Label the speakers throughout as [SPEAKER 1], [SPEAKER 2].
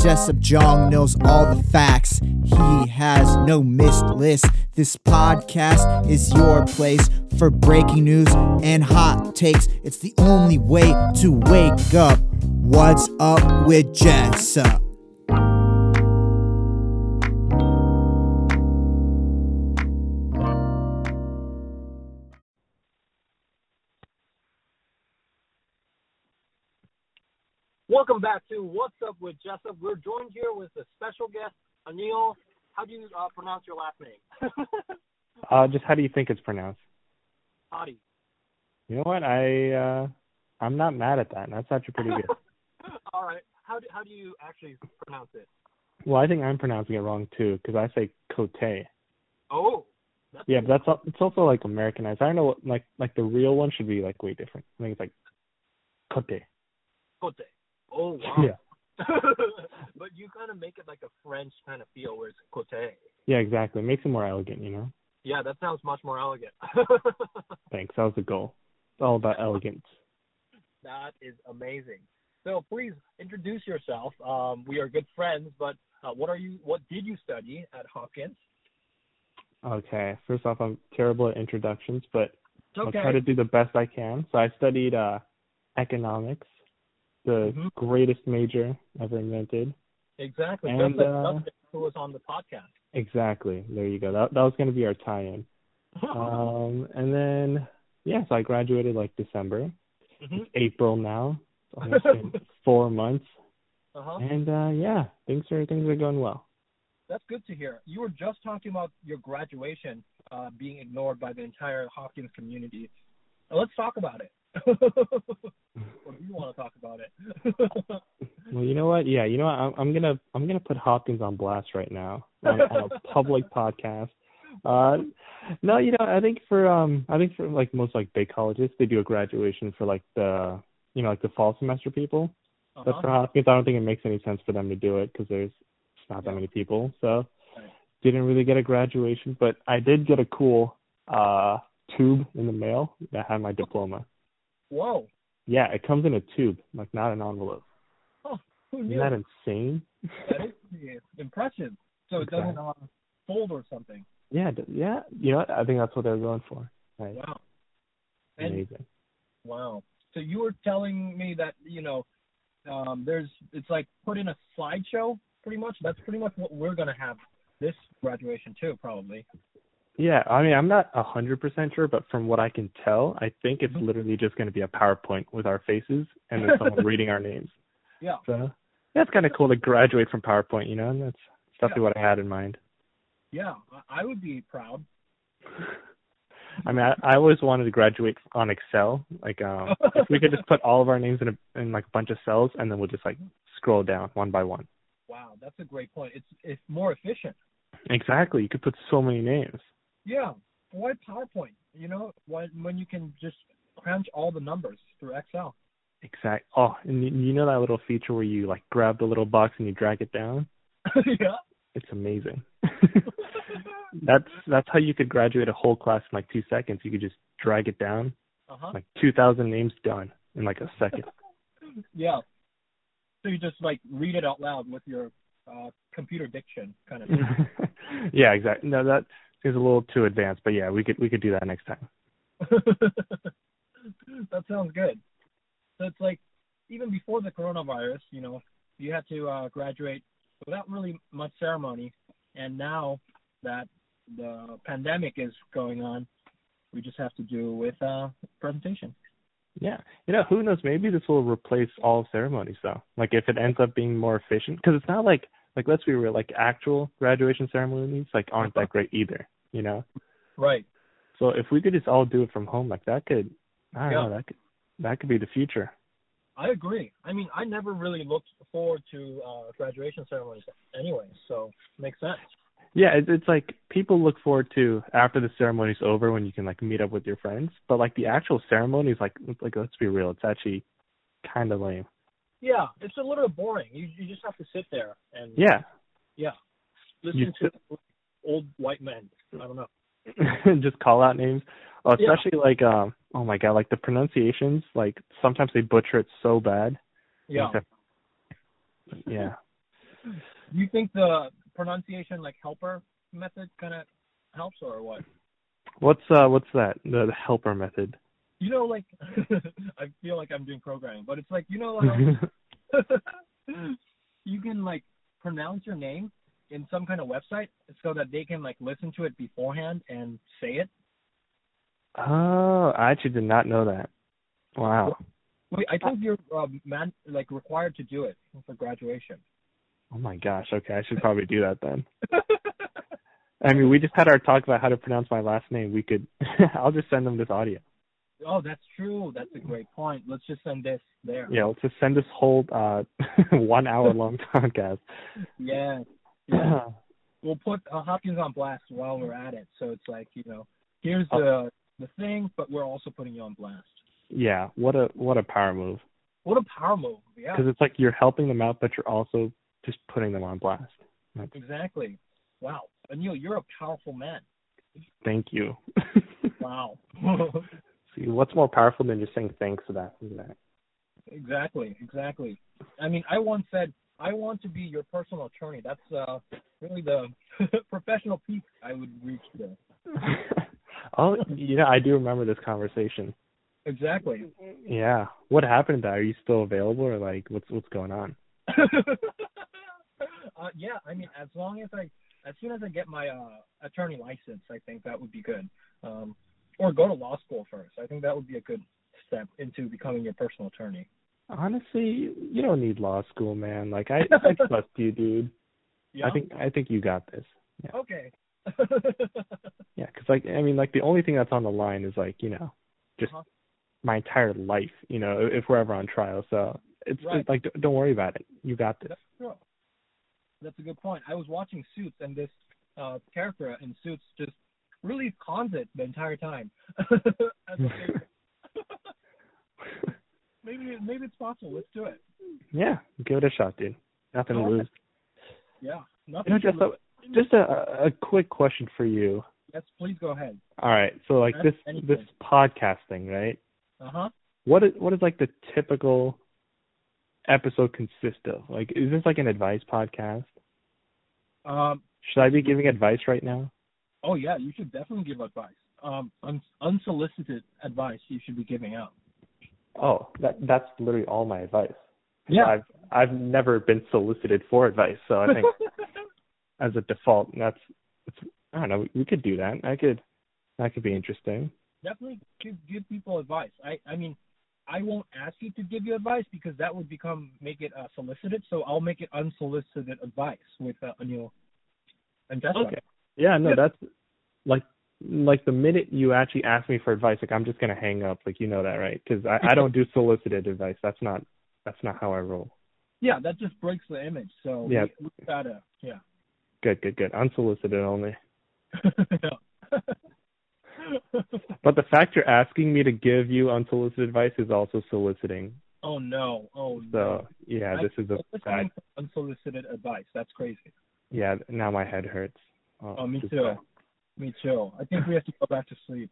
[SPEAKER 1] Jessup Jong knows all the facts. He has no missed list. This podcast is your place for breaking news and hot takes. It's the only way to wake up. What's up with Jessup?
[SPEAKER 2] Welcome back to What's Up with Jessup. We're joined here with a special guest, Anil. How do you uh, pronounce your last name?
[SPEAKER 3] Uh, just how do you think it's pronounced?
[SPEAKER 2] Hadi.
[SPEAKER 3] You know what? I uh, I'm not mad at that. That's actually pretty good.
[SPEAKER 2] All right. How do, how do you actually pronounce it?
[SPEAKER 3] well, I think I'm pronouncing it wrong too because I say Cote.
[SPEAKER 2] Oh, that's
[SPEAKER 3] Yeah, but that's al- it's also like Americanized. I don't know what like like the real one should be like way different. I think it's like Cote.
[SPEAKER 2] Cote. Oh, wow.
[SPEAKER 3] Yeah.
[SPEAKER 2] but you kind of make it like a French kind of feel where it's Cote.
[SPEAKER 3] Yeah, exactly. It makes it more elegant, you know.
[SPEAKER 2] Yeah, that sounds much more elegant.
[SPEAKER 3] Thanks. That was the goal. It's all about elegance.
[SPEAKER 2] that is amazing. So please introduce yourself. Um, we are good friends, but uh, what are you? What did you study at Hopkins?
[SPEAKER 3] Okay. First off, I'm terrible at introductions, but I'll
[SPEAKER 2] Okay.
[SPEAKER 3] try to do the best I can. So I studied uh, economics, the
[SPEAKER 2] Mhm.
[SPEAKER 3] greatest major ever invented.
[SPEAKER 2] Exactly.
[SPEAKER 3] And,
[SPEAKER 2] That's the
[SPEAKER 3] uh,
[SPEAKER 2] subject who was on the podcast.
[SPEAKER 3] Exactly. There you go. That that was going to be our tie-in.
[SPEAKER 2] Oh.
[SPEAKER 3] Um, and then yeah, so I graduated like December.
[SPEAKER 2] Mhm.
[SPEAKER 3] April now. It's almost been four months.
[SPEAKER 2] Uh-huh.
[SPEAKER 3] And uh, yeah, things are things are going well.
[SPEAKER 2] That's good to hear. You were just talking about your graduation uh, being ignored by the entire Hopkins community. Now let's talk about it. or do you want to talk about it?
[SPEAKER 3] Well, you know what? Yeah, you know what? I'm, I'm gonna I'm gonna put Hopkins on blast right now on, on a public podcast. Uh, no, you know, I think for um, I think for like most like big colleges, they do a graduation for like the you know like the fall semester people. But for
[SPEAKER 2] uh-huh.
[SPEAKER 3] Hopkins, I don't think it makes any sense for them to do it because there's just not that
[SPEAKER 2] Yeah.
[SPEAKER 3] many people. So
[SPEAKER 2] Right.
[SPEAKER 3] didn't really get a graduation, but I did get a cool uh tube in the mail that had my diploma.
[SPEAKER 2] Whoa.
[SPEAKER 3] Yeah, it comes in a tube, like not an envelope.
[SPEAKER 2] Who
[SPEAKER 3] Isn't
[SPEAKER 2] knew?
[SPEAKER 3] that insane?
[SPEAKER 2] that is pretty impressive. So it doesn't uh, fold or something.
[SPEAKER 3] Yeah, d- yeah. You know, what? I think that's what they're going for. Like,
[SPEAKER 2] Wow. And
[SPEAKER 3] amazing.
[SPEAKER 2] Wow. So you were telling me that you know, um, there's it's like put in a slideshow pretty much. That's pretty much what we're gonna have this graduation too, probably.
[SPEAKER 3] Yeah, I mean, I'm not a hundred percent sure, but from what I can tell, I think it's
[SPEAKER 2] Mhm.
[SPEAKER 3] literally just going to be a PowerPoint with our faces and then someone reading our names.
[SPEAKER 2] Yeah.
[SPEAKER 3] So that's kind of cool to graduate from PowerPoint, you know. And that's definitely
[SPEAKER 2] Yeah.
[SPEAKER 3] what I had in mind.
[SPEAKER 2] Yeah, I, I would be proud.
[SPEAKER 3] I mean, I, I always wanted to graduate on Excel. Like, um, if we could just put all of our names in a in like a bunch of cells, and then we'll just like scroll down one by one.
[SPEAKER 2] Wow, that's a great point. It's it's more efficient.
[SPEAKER 3] Exactly. You could put so many names.
[SPEAKER 2] Yeah. Why PowerPoint? You know, when when you can just crunch all the numbers through Excel.
[SPEAKER 3] Exact. Oh, and you, you know that little feature where you like grab the little box and you drag it down?
[SPEAKER 2] yeah.
[SPEAKER 3] It's amazing. that's that's how you could graduate a whole class in like two seconds. You could just drag it down,
[SPEAKER 2] Uh huh.
[SPEAKER 3] like two thousand names done in like a second.
[SPEAKER 2] Yeah. So you just like read it out loud with your uh, computer diction kind
[SPEAKER 3] Mm-hmm.
[SPEAKER 2] of.
[SPEAKER 3] yeah, exactly. No, that is a little too advanced, but yeah, we could we could do that next time.
[SPEAKER 2] that sounds good. So it's like even before the coronavirus, you know, you had to uh, graduate without really much ceremony, and now that the pandemic is going on, we just have to do with uh, presentation.
[SPEAKER 3] Yeah, you know, who knows? Maybe this will replace all ceremonies though. Like if it ends up being more efficient, because it's not like like let's be real, like actual graduation ceremonies like aren't that great either. You know.
[SPEAKER 2] Right.
[SPEAKER 3] So if we could just all do it from home, like that could, I don't
[SPEAKER 2] Yeah.
[SPEAKER 3] know, that could that could be the future.
[SPEAKER 2] I agree. I mean, I never really looked forward to uh, graduation ceremonies anyway, so makes sense.
[SPEAKER 3] Yeah, it's, it's like people look forward to after the ceremony's over when you can like meet up with your friends, but like the actual ceremony is like it's like let's be real, it's actually kind of lame.
[SPEAKER 2] Yeah, it's a little boring. You you just have to sit there and
[SPEAKER 3] Yeah,
[SPEAKER 2] yeah, listen
[SPEAKER 3] You
[SPEAKER 2] to old white men. I don't know.
[SPEAKER 3] just call out names, Uh,
[SPEAKER 2] Yeah.
[SPEAKER 3] especially like um oh my god, like the pronunciations, like sometimes they butcher it so bad.
[SPEAKER 2] Yeah.
[SPEAKER 3] Except- yeah.
[SPEAKER 2] You think the pronunciation like helper method kind of helps or what?
[SPEAKER 3] What's uh what's that? The, the helper method.
[SPEAKER 2] You know, like I feel like I'm doing programming, but it's like you know, like,
[SPEAKER 3] Oh, Mm-hmm.
[SPEAKER 2] you can like pronounce your name in some kind of website so that they can like listen to it beforehand and say it.
[SPEAKER 3] oh, I actually did not know that. Wow.
[SPEAKER 2] Wait, I think you're uh, man like required to do it for graduation.
[SPEAKER 3] Oh my gosh. Okay, I should probably do that then. I mean, we just had our talk about how to pronounce my last name. We could I'll just send them this audio.
[SPEAKER 2] oh, that's true. That's a great point. Let's just send this there.
[SPEAKER 3] Yeah, let's just send this whole uh one hour long podcast.
[SPEAKER 2] Yeah. yeah. we'll put uh, Hopkins on blast while we're at it. So it's like you know, here's the the thing, but we're also putting you on blast.
[SPEAKER 3] yeah, what a what a power move.
[SPEAKER 2] What a power move! Yeah,
[SPEAKER 3] because it's like you're helping them out, but you're also just putting them on blast.
[SPEAKER 2] exactly. Wow, Anil, you're a powerful man.
[SPEAKER 3] Thank you.
[SPEAKER 2] Wow.
[SPEAKER 3] See, what's more powerful than just saying thanks to that? isn't it?
[SPEAKER 2] exactly, exactly. I mean, I once said I want to be your personal attorney. That's uh really the professional peak I would reach there.
[SPEAKER 3] oh, you know, I do remember this conversation.
[SPEAKER 2] Exactly.
[SPEAKER 3] Yeah, what happened to that? Are you still available, or like, what's what's going on?
[SPEAKER 2] uh, yeah, I mean, as long as I, as soon as I get my uh, attorney license, I think that would be good. Um, or go to law school first. I think that would be a good step into becoming your personal attorney.
[SPEAKER 3] Honestly, you don't need law school, man. Like, I, I trust you, dude.
[SPEAKER 2] Yeah.
[SPEAKER 3] I think I think you got this.
[SPEAKER 2] Okay.
[SPEAKER 3] Yeah, because like, I mean, like, the only thing that's on the line is like, you know, just
[SPEAKER 2] Uh-huh.
[SPEAKER 3] my entire life. You know, if we're ever on trial, so it's,
[SPEAKER 2] Right.
[SPEAKER 3] it's like, don't- don't worry about it. You got this.
[SPEAKER 2] That's true. That's a good point. I was watching Suits, and this uh, character in Suits just really cons it the entire time. That's what they- maybe maybe it's possible. Let's do it.
[SPEAKER 3] Yeah, give it a shot, dude. Nothing to
[SPEAKER 2] Alright.
[SPEAKER 3] lose.
[SPEAKER 2] Yeah.
[SPEAKER 3] You
[SPEAKER 2] Nothing.
[SPEAKER 3] know,
[SPEAKER 2] to
[SPEAKER 3] just a, just a a quick question for you.
[SPEAKER 2] Yes, please go ahead.
[SPEAKER 3] All right, so like
[SPEAKER 2] Ask
[SPEAKER 3] this
[SPEAKER 2] anything.
[SPEAKER 3] this podcast thing, right?
[SPEAKER 2] Uh huh.
[SPEAKER 3] What is what is like the typical episode consist of? Like, is this like an advice podcast?
[SPEAKER 2] Um.
[SPEAKER 3] Should I be giving advice right now?
[SPEAKER 2] Oh yeah, you should definitely give advice. Um, un- unsolicited advice you should be giving out.
[SPEAKER 3] Oh, that that's literally all my advice.
[SPEAKER 2] Yeah.
[SPEAKER 3] I've I've never been solicited for advice, so I think as a default, that's it's, I don't know. We could do that. I could that could be interesting.
[SPEAKER 2] definitely give, give people advice. I I mean, I won't ask you to give you advice because that would become make it uh, solicited. So I'll make it unsolicited advice with uh, Anil and Jessica.
[SPEAKER 3] Okay. Yeah, no,
[SPEAKER 2] Yeah.
[SPEAKER 3] that's like like the minute you actually ask me for advice, like I'm just gonna hang up. Like you know that, right? Because I, I don't do solicited advice. That's not that's not how I roll.
[SPEAKER 2] Yeah, that just breaks the image. So
[SPEAKER 3] Yeah.
[SPEAKER 2] we, we gotta yeah.
[SPEAKER 3] Good, good, good. Unsolicited only.
[SPEAKER 2] Yeah.
[SPEAKER 3] But the fact you're asking me to give you unsolicited advice is also soliciting.
[SPEAKER 2] oh no! Oh no!
[SPEAKER 3] So yeah, this is a
[SPEAKER 2] Listening to
[SPEAKER 3] bad.
[SPEAKER 2] unsolicited advice. That's crazy.
[SPEAKER 3] Yeah, now my head hurts.
[SPEAKER 2] Oh, me
[SPEAKER 3] this
[SPEAKER 2] too.
[SPEAKER 3] bad.
[SPEAKER 2] Me too. I think we have to go back to sleep.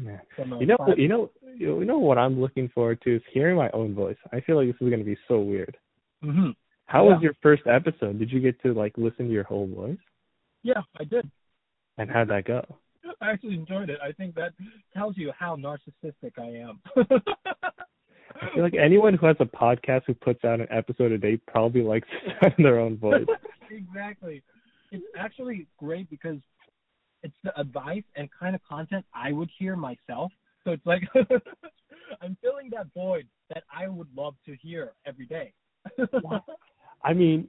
[SPEAKER 3] Yeah.
[SPEAKER 2] From, uh,
[SPEAKER 3] You know,
[SPEAKER 2] five-
[SPEAKER 3] you know, you know what I'm looking forward to is hearing my own voice. I feel like this is gonna be so weird.
[SPEAKER 2] Mhm.
[SPEAKER 3] How was
[SPEAKER 2] Yeah.
[SPEAKER 3] your first episode? Did you get to like listen to your whole voice?
[SPEAKER 2] Yeah, I did.
[SPEAKER 3] And how'd that go?
[SPEAKER 2] I actually enjoyed it. I think that tells you how narcissistic I am.
[SPEAKER 3] I feel like anyone who has a podcast who puts out an episode a day probably likes their own voice.
[SPEAKER 2] exactly. It's actually great because it's the advice and kind of content I would hear myself. So it's like I'm filling that void that I would love to hear every day.
[SPEAKER 3] Wow. I mean,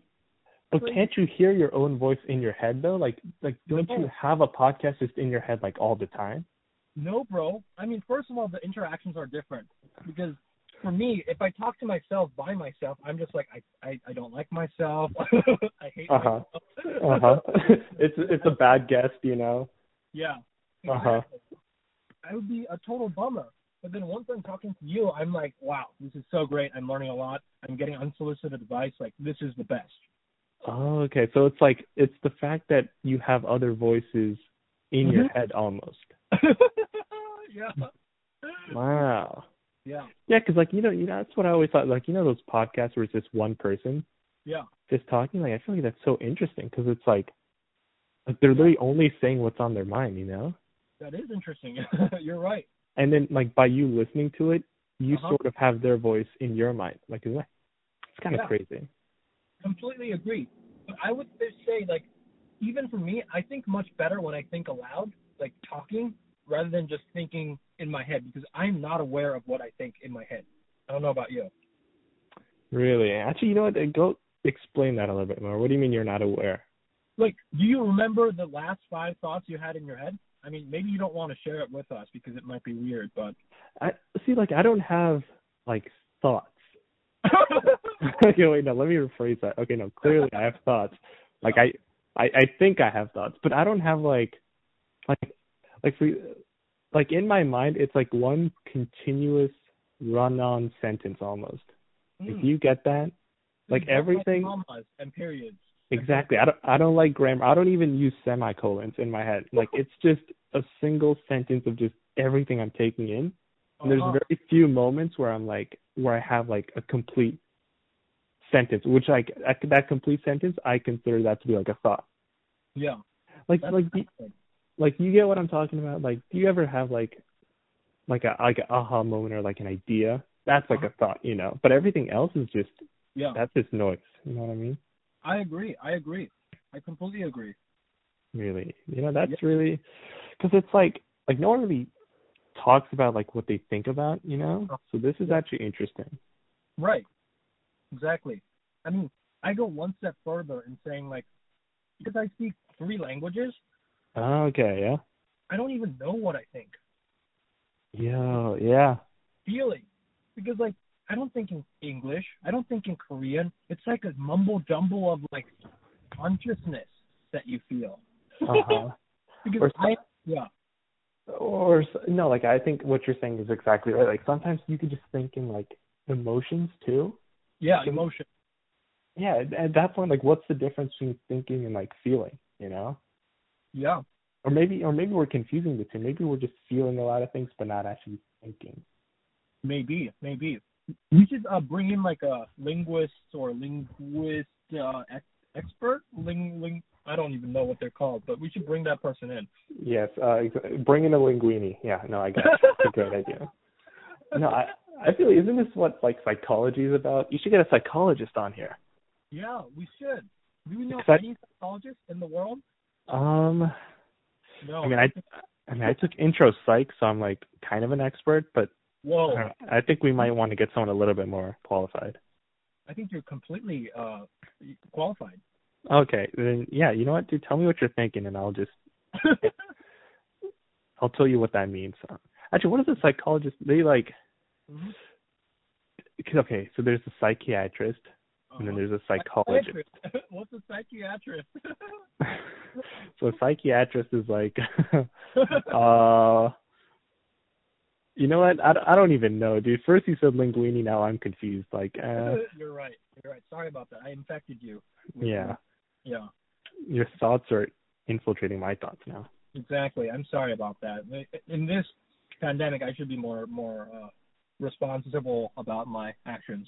[SPEAKER 3] but
[SPEAKER 2] Like-
[SPEAKER 3] can't you hear your own voice in your head though? Like, like don't you
[SPEAKER 2] No.
[SPEAKER 3] have a podcast just in your head like all the time?
[SPEAKER 2] No, bro. I mean, first of all, the interactions are different because for me, if I talk to myself by myself, I'm just like I I, I don't like myself. I hate
[SPEAKER 3] Uh-huh. Uh
[SPEAKER 2] myself.
[SPEAKER 3] huh. it's it's a bad guess, you know.
[SPEAKER 2] yeah.
[SPEAKER 3] Uh-huh.
[SPEAKER 2] Exactly. I would be a total bummer. But then once I'm talking to you, I'm like, wow, this is so great. I'm learning a lot. I'm getting unsolicited advice. Like this is the best.
[SPEAKER 3] Oh, okay. So it's like it's the fact that you have other voices in your
[SPEAKER 2] Mhm.
[SPEAKER 3] head almost.
[SPEAKER 2] yeah.
[SPEAKER 3] Wow.
[SPEAKER 2] Yeah.
[SPEAKER 3] Yeah, 'cause like you know, you know, that's what I always thought. Like you know, those podcasts where it's just one person
[SPEAKER 2] Yeah.
[SPEAKER 3] just talking. Like I feel like that's so interesting 'cause it's like, like they're literally only saying what's on their mind, you know.
[SPEAKER 2] That is interesting. You're right.
[SPEAKER 3] And then like by you listening to it, you
[SPEAKER 2] Uh-huh.
[SPEAKER 3] sort of have their voice in your mind. Like it's, it's kind of
[SPEAKER 2] Yeah.
[SPEAKER 3] crazy.
[SPEAKER 2] Completely agree. But I would just say, like, even for me, I think much better when I think aloud, like talking, rather than just thinking in my head because I'm not aware of what I think in my head. I don't know about you.
[SPEAKER 3] Really? Actually, you know what? Uh, Go explain that a little bit more. What do you mean you're not aware?
[SPEAKER 2] Like, do you remember the last five thoughts you had in your head? I mean, maybe you don't want to share it with us because it might be weird, but
[SPEAKER 3] I see. Like I don't have like thoughts. okay, wait. No, let me rephrase that. Okay, no. Clearly, I have thoughts. Like I, I, I think I have thoughts, but I don't have like, like, like for, like in my mind, it's like one continuous run-on sentence almost. Like,
[SPEAKER 2] Mm.
[SPEAKER 3] do you get that? like
[SPEAKER 2] Just
[SPEAKER 3] everything-
[SPEAKER 2] commas and periods.
[SPEAKER 3] Exactly. I don't. I don't like grammar. I don't even use semicolons in my head. Like it's just a single sentence of just everything I'm taking in. And there's
[SPEAKER 2] Uh-huh.
[SPEAKER 3] very few moments where I'm like where I have like a complete sentence, which like I, that complete sentence I consider that to be like a thought.
[SPEAKER 2] yeah.
[SPEAKER 3] Like
[SPEAKER 2] That's
[SPEAKER 3] like do-
[SPEAKER 2] fascinating.
[SPEAKER 3] like you get what I'm talking about. Like do you ever have like like a like a aha moment or like an idea? That's like
[SPEAKER 2] Uh-huh.
[SPEAKER 3] a thought, you know. But everything else is just
[SPEAKER 2] yeah.
[SPEAKER 3] that's just noise. You know what I mean?
[SPEAKER 2] I agree. I agree. I completely agree.
[SPEAKER 3] Really, you know that's really because it's like like no one really talks about like what they think about, you know.
[SPEAKER 2] Uh-huh.
[SPEAKER 3] So this is actually interesting.
[SPEAKER 2] Right. Exactly. I mean, I go one step further in saying like, because I speak three languages,
[SPEAKER 3] Oh, okay, yeah.
[SPEAKER 2] I don't even know what I think.
[SPEAKER 3] Yeah, yeah.
[SPEAKER 2] Feeling, because like I don't think in English, I don't think in Korean. It's like a mumble jumble of like consciousness that you feel.
[SPEAKER 3] Uh-huh.
[SPEAKER 2] because
[SPEAKER 3] Or-
[SPEAKER 2] I yeah
[SPEAKER 3] or s- no, like I think what you're saying is exactly right. Like sometimes you could just think in like emotions too.
[SPEAKER 2] yeah emotion
[SPEAKER 3] Yeah, at- at that point, like what's the difference between thinking and like feeling, you know?
[SPEAKER 2] yeah
[SPEAKER 3] Or maybe, or maybe we're confusing the two. Maybe we're just feeling a lot of things, but not actually thinking.
[SPEAKER 2] maybe maybe we should uh, bring in like a linguist or linguist uh, ex- expert ling ling I don't even know what they're called but we should bring that person in
[SPEAKER 3] Yes, uh, ex- bring in a linguini. Yeah, no, I got it. That's a great idea. No, I, I feel isn't this what like psychology is about? You should get a psychologist on here.
[SPEAKER 2] yeah we should do we know
[SPEAKER 3] Because I-
[SPEAKER 2] any psychologists in the world
[SPEAKER 3] Um,
[SPEAKER 2] no
[SPEAKER 3] I mean, I, I mean, I took intro psych, so I'm like kind of an expert, but I,
[SPEAKER 2] whoa
[SPEAKER 3] don't know. I think we might want to get someone a little bit more qualified.
[SPEAKER 2] I think you're completely uh qualified
[SPEAKER 3] Okay, then yeah, you know what, dude? Tell me what you're thinking, and I'll just I'll tell you what that means. Actually, what is a psychologist? They like
[SPEAKER 2] Mhm.
[SPEAKER 3] 'cause- okay, so there's a psychiatrist, and then there's a psychologist.
[SPEAKER 2] Psychiatrist. what's a psychiatrist
[SPEAKER 3] so a psychiatrist is like uh you know what I, I don't even know dude first you said linguini now i'm confused like uh
[SPEAKER 2] you're right you're right sorry about that I infected you with-
[SPEAKER 3] yeah
[SPEAKER 2] yeah
[SPEAKER 3] your thoughts are infiltrating my thoughts now
[SPEAKER 2] Exactly. I'm sorry about that. In this pandemic, I should be more more uh, responsible about my actions.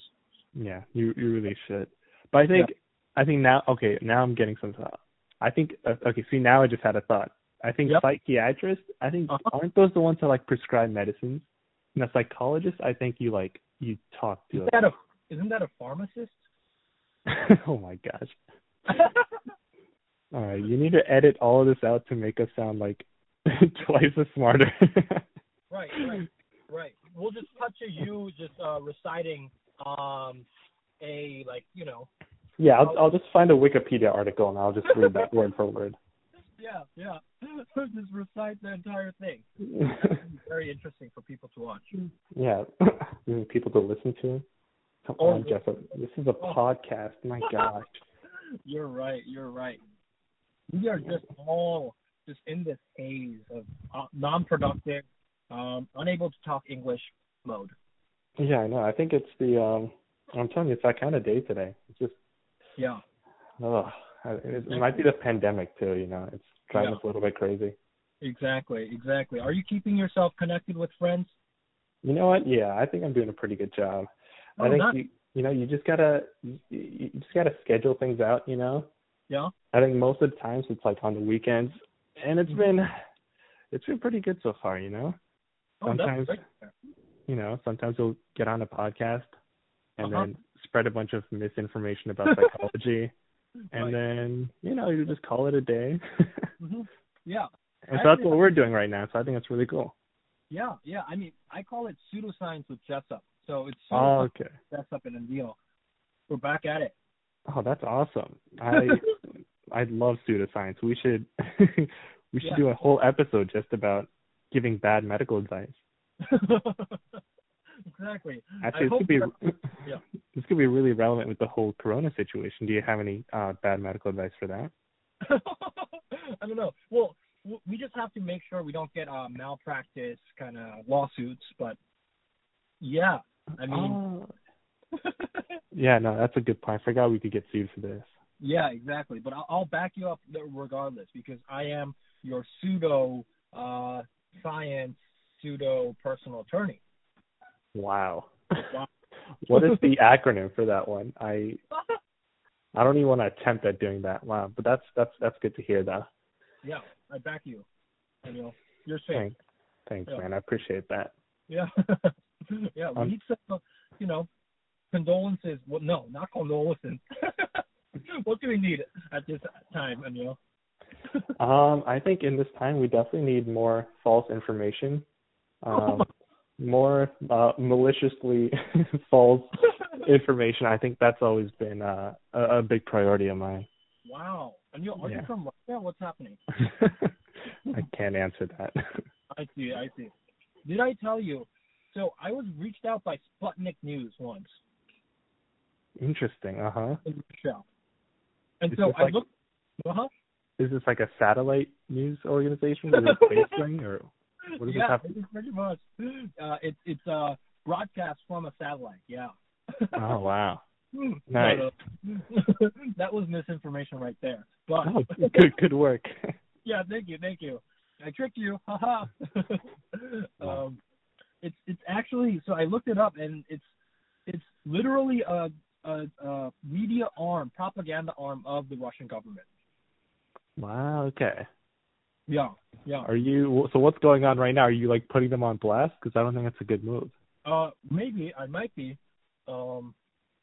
[SPEAKER 3] yeah you you really should but i think i think now okay now i'm getting some thought i think uh, okay see now i just had a thought i think
[SPEAKER 2] Yep.
[SPEAKER 3] psychiatrists i think
[SPEAKER 2] Uh-huh.
[SPEAKER 3] aren't those the ones that like prescribe medicines and a psychologist i think you like you talk to
[SPEAKER 2] Is that a isn't that a pharmacist?
[SPEAKER 3] oh my gosh All right, you need to edit all of this out to make us sound like twice as smarter.
[SPEAKER 2] right, right, right. We'll just cut to you just uh, reciting um a like you know
[SPEAKER 3] yeah, I'll I'll just find a Wikipedia article and I'll just read that word for word.
[SPEAKER 2] yeah, yeah. Just recite the entire thing. Very interesting for people to watch.
[SPEAKER 3] yeah, You need people to listen to. Come
[SPEAKER 2] Oh.
[SPEAKER 3] on, Jeff. This is a podcast. My gosh.
[SPEAKER 2] You're right. You're right. We are just all just in this haze of uh, non-productive, um, unable to talk English mode.
[SPEAKER 3] Yeah, I know. I think it's the. um I'm telling you, it's that kind of day today. It's just.
[SPEAKER 2] Yeah.
[SPEAKER 3] Oh, it, it might be the pandemic too. You know, it's driving us a little bit crazy.
[SPEAKER 2] Exactly. Exactly. Are you keeping yourself connected with friends?
[SPEAKER 3] You know what? Yeah, I think I'm doing a pretty good job.
[SPEAKER 2] Oh,
[SPEAKER 3] I think
[SPEAKER 2] nice.
[SPEAKER 3] you, you know, you just gotta, you, you you just gotta schedule things out. You know,
[SPEAKER 2] Yeah.
[SPEAKER 3] I think most of the times it's like on the weekends, and it's
[SPEAKER 2] Mm-hmm.
[SPEAKER 3] been, it's been pretty good so far. You know,
[SPEAKER 2] Oh,
[SPEAKER 3] Sometimes.
[SPEAKER 2] That's great.
[SPEAKER 3] you know, sometimes we'll get on a podcast and
[SPEAKER 2] Uh-huh.
[SPEAKER 3] then spread a bunch of misinformation about psychology, and
[SPEAKER 2] Right.
[SPEAKER 3] then you know, you just call it a day.
[SPEAKER 2] Mhm. Yeah.
[SPEAKER 3] and
[SPEAKER 2] I
[SPEAKER 3] so that's
[SPEAKER 2] think-
[SPEAKER 3] what we're doing right now. So I think that's really cool.
[SPEAKER 2] Yeah. Yeah. I mean, I call it pseudoscience with Jessup. So it's
[SPEAKER 3] Oh,
[SPEAKER 2] pseudoscience
[SPEAKER 3] okay.
[SPEAKER 2] with Jessup and Anil. We're back at it.
[SPEAKER 3] Oh, that's awesome. I I love pseudoscience. We should we should
[SPEAKER 2] Yeah.
[SPEAKER 3] do a whole episode just about giving bad medical advice.
[SPEAKER 2] exactly.
[SPEAKER 3] Actually, this
[SPEAKER 2] hope
[SPEAKER 3] could be
[SPEAKER 2] that- yeah.
[SPEAKER 3] this could be really relevant with the whole corona situation. Do you have any uh, bad medical advice for that?
[SPEAKER 2] I don't know. Well, w- we just have to make sure we don't get uh, malpractice kind of lawsuits. But yeah, I mean,
[SPEAKER 3] Uh, yeah, no, that's a good point. I forgot we could get sued for this.
[SPEAKER 2] yeah, exactly. But I'll, I'll back you up regardless because I am your pseudo uh, science, pseudo personal attorney.
[SPEAKER 3] Wow.
[SPEAKER 2] Wow.
[SPEAKER 3] what is the acronym for that one? I I don't even want to attempt at doing that. Wow, but that's that's that's good to hear though.
[SPEAKER 2] Yeah, I back you. Daniel. You're safe.
[SPEAKER 3] Thanks, thanks,
[SPEAKER 2] Yeah.
[SPEAKER 3] man. I appreciate that.
[SPEAKER 2] Yeah. yeah, we
[SPEAKER 3] Um,
[SPEAKER 2] need some, uh, you know, condolences. Well, no, not condolences. what do we need at this time, Anil?
[SPEAKER 3] Um, I think in this time we definitely need more false information,
[SPEAKER 2] Oh
[SPEAKER 3] um, more uh, maliciously false information. I think that's always been uh, a, a big priority of mine.
[SPEAKER 2] wow. Anil, are you
[SPEAKER 3] Yeah.
[SPEAKER 2] from Russia? What's happening?
[SPEAKER 3] I can't answer that.
[SPEAKER 2] I see, I see. Did I tell you? So I was reached out by Sputnik News once
[SPEAKER 3] Interesting. Uh huh.
[SPEAKER 2] in Russia. And
[SPEAKER 3] Is
[SPEAKER 2] so
[SPEAKER 3] this
[SPEAKER 2] I
[SPEAKER 3] like-
[SPEAKER 2] looked. Uh-huh.
[SPEAKER 3] Is this like a satellite news organization? Is it a space thing or what does this
[SPEAKER 2] Yeah,
[SPEAKER 3] have?
[SPEAKER 2] it is pretty much. Uh, it's it's uh, broadcast from a satellite, yeah.
[SPEAKER 3] Oh wow.
[SPEAKER 2] Hmm,
[SPEAKER 3] Nice.
[SPEAKER 2] no, no. that was misinformation right there. But
[SPEAKER 3] Oh, good good work.
[SPEAKER 2] yeah, thank you, thank you. I tricked you. Haha.
[SPEAKER 3] Wow.
[SPEAKER 2] um, it's it's actually so I looked it up and it's it's literally a, a, a media arm, propaganda arm of the Russian government.
[SPEAKER 3] Wow. Okay.
[SPEAKER 2] Yeah, yeah.
[SPEAKER 3] Are you so? What's going on right now? Are you like putting them on blast? Because I don't think that's a good move.
[SPEAKER 2] Uh, maybe I might be. Um,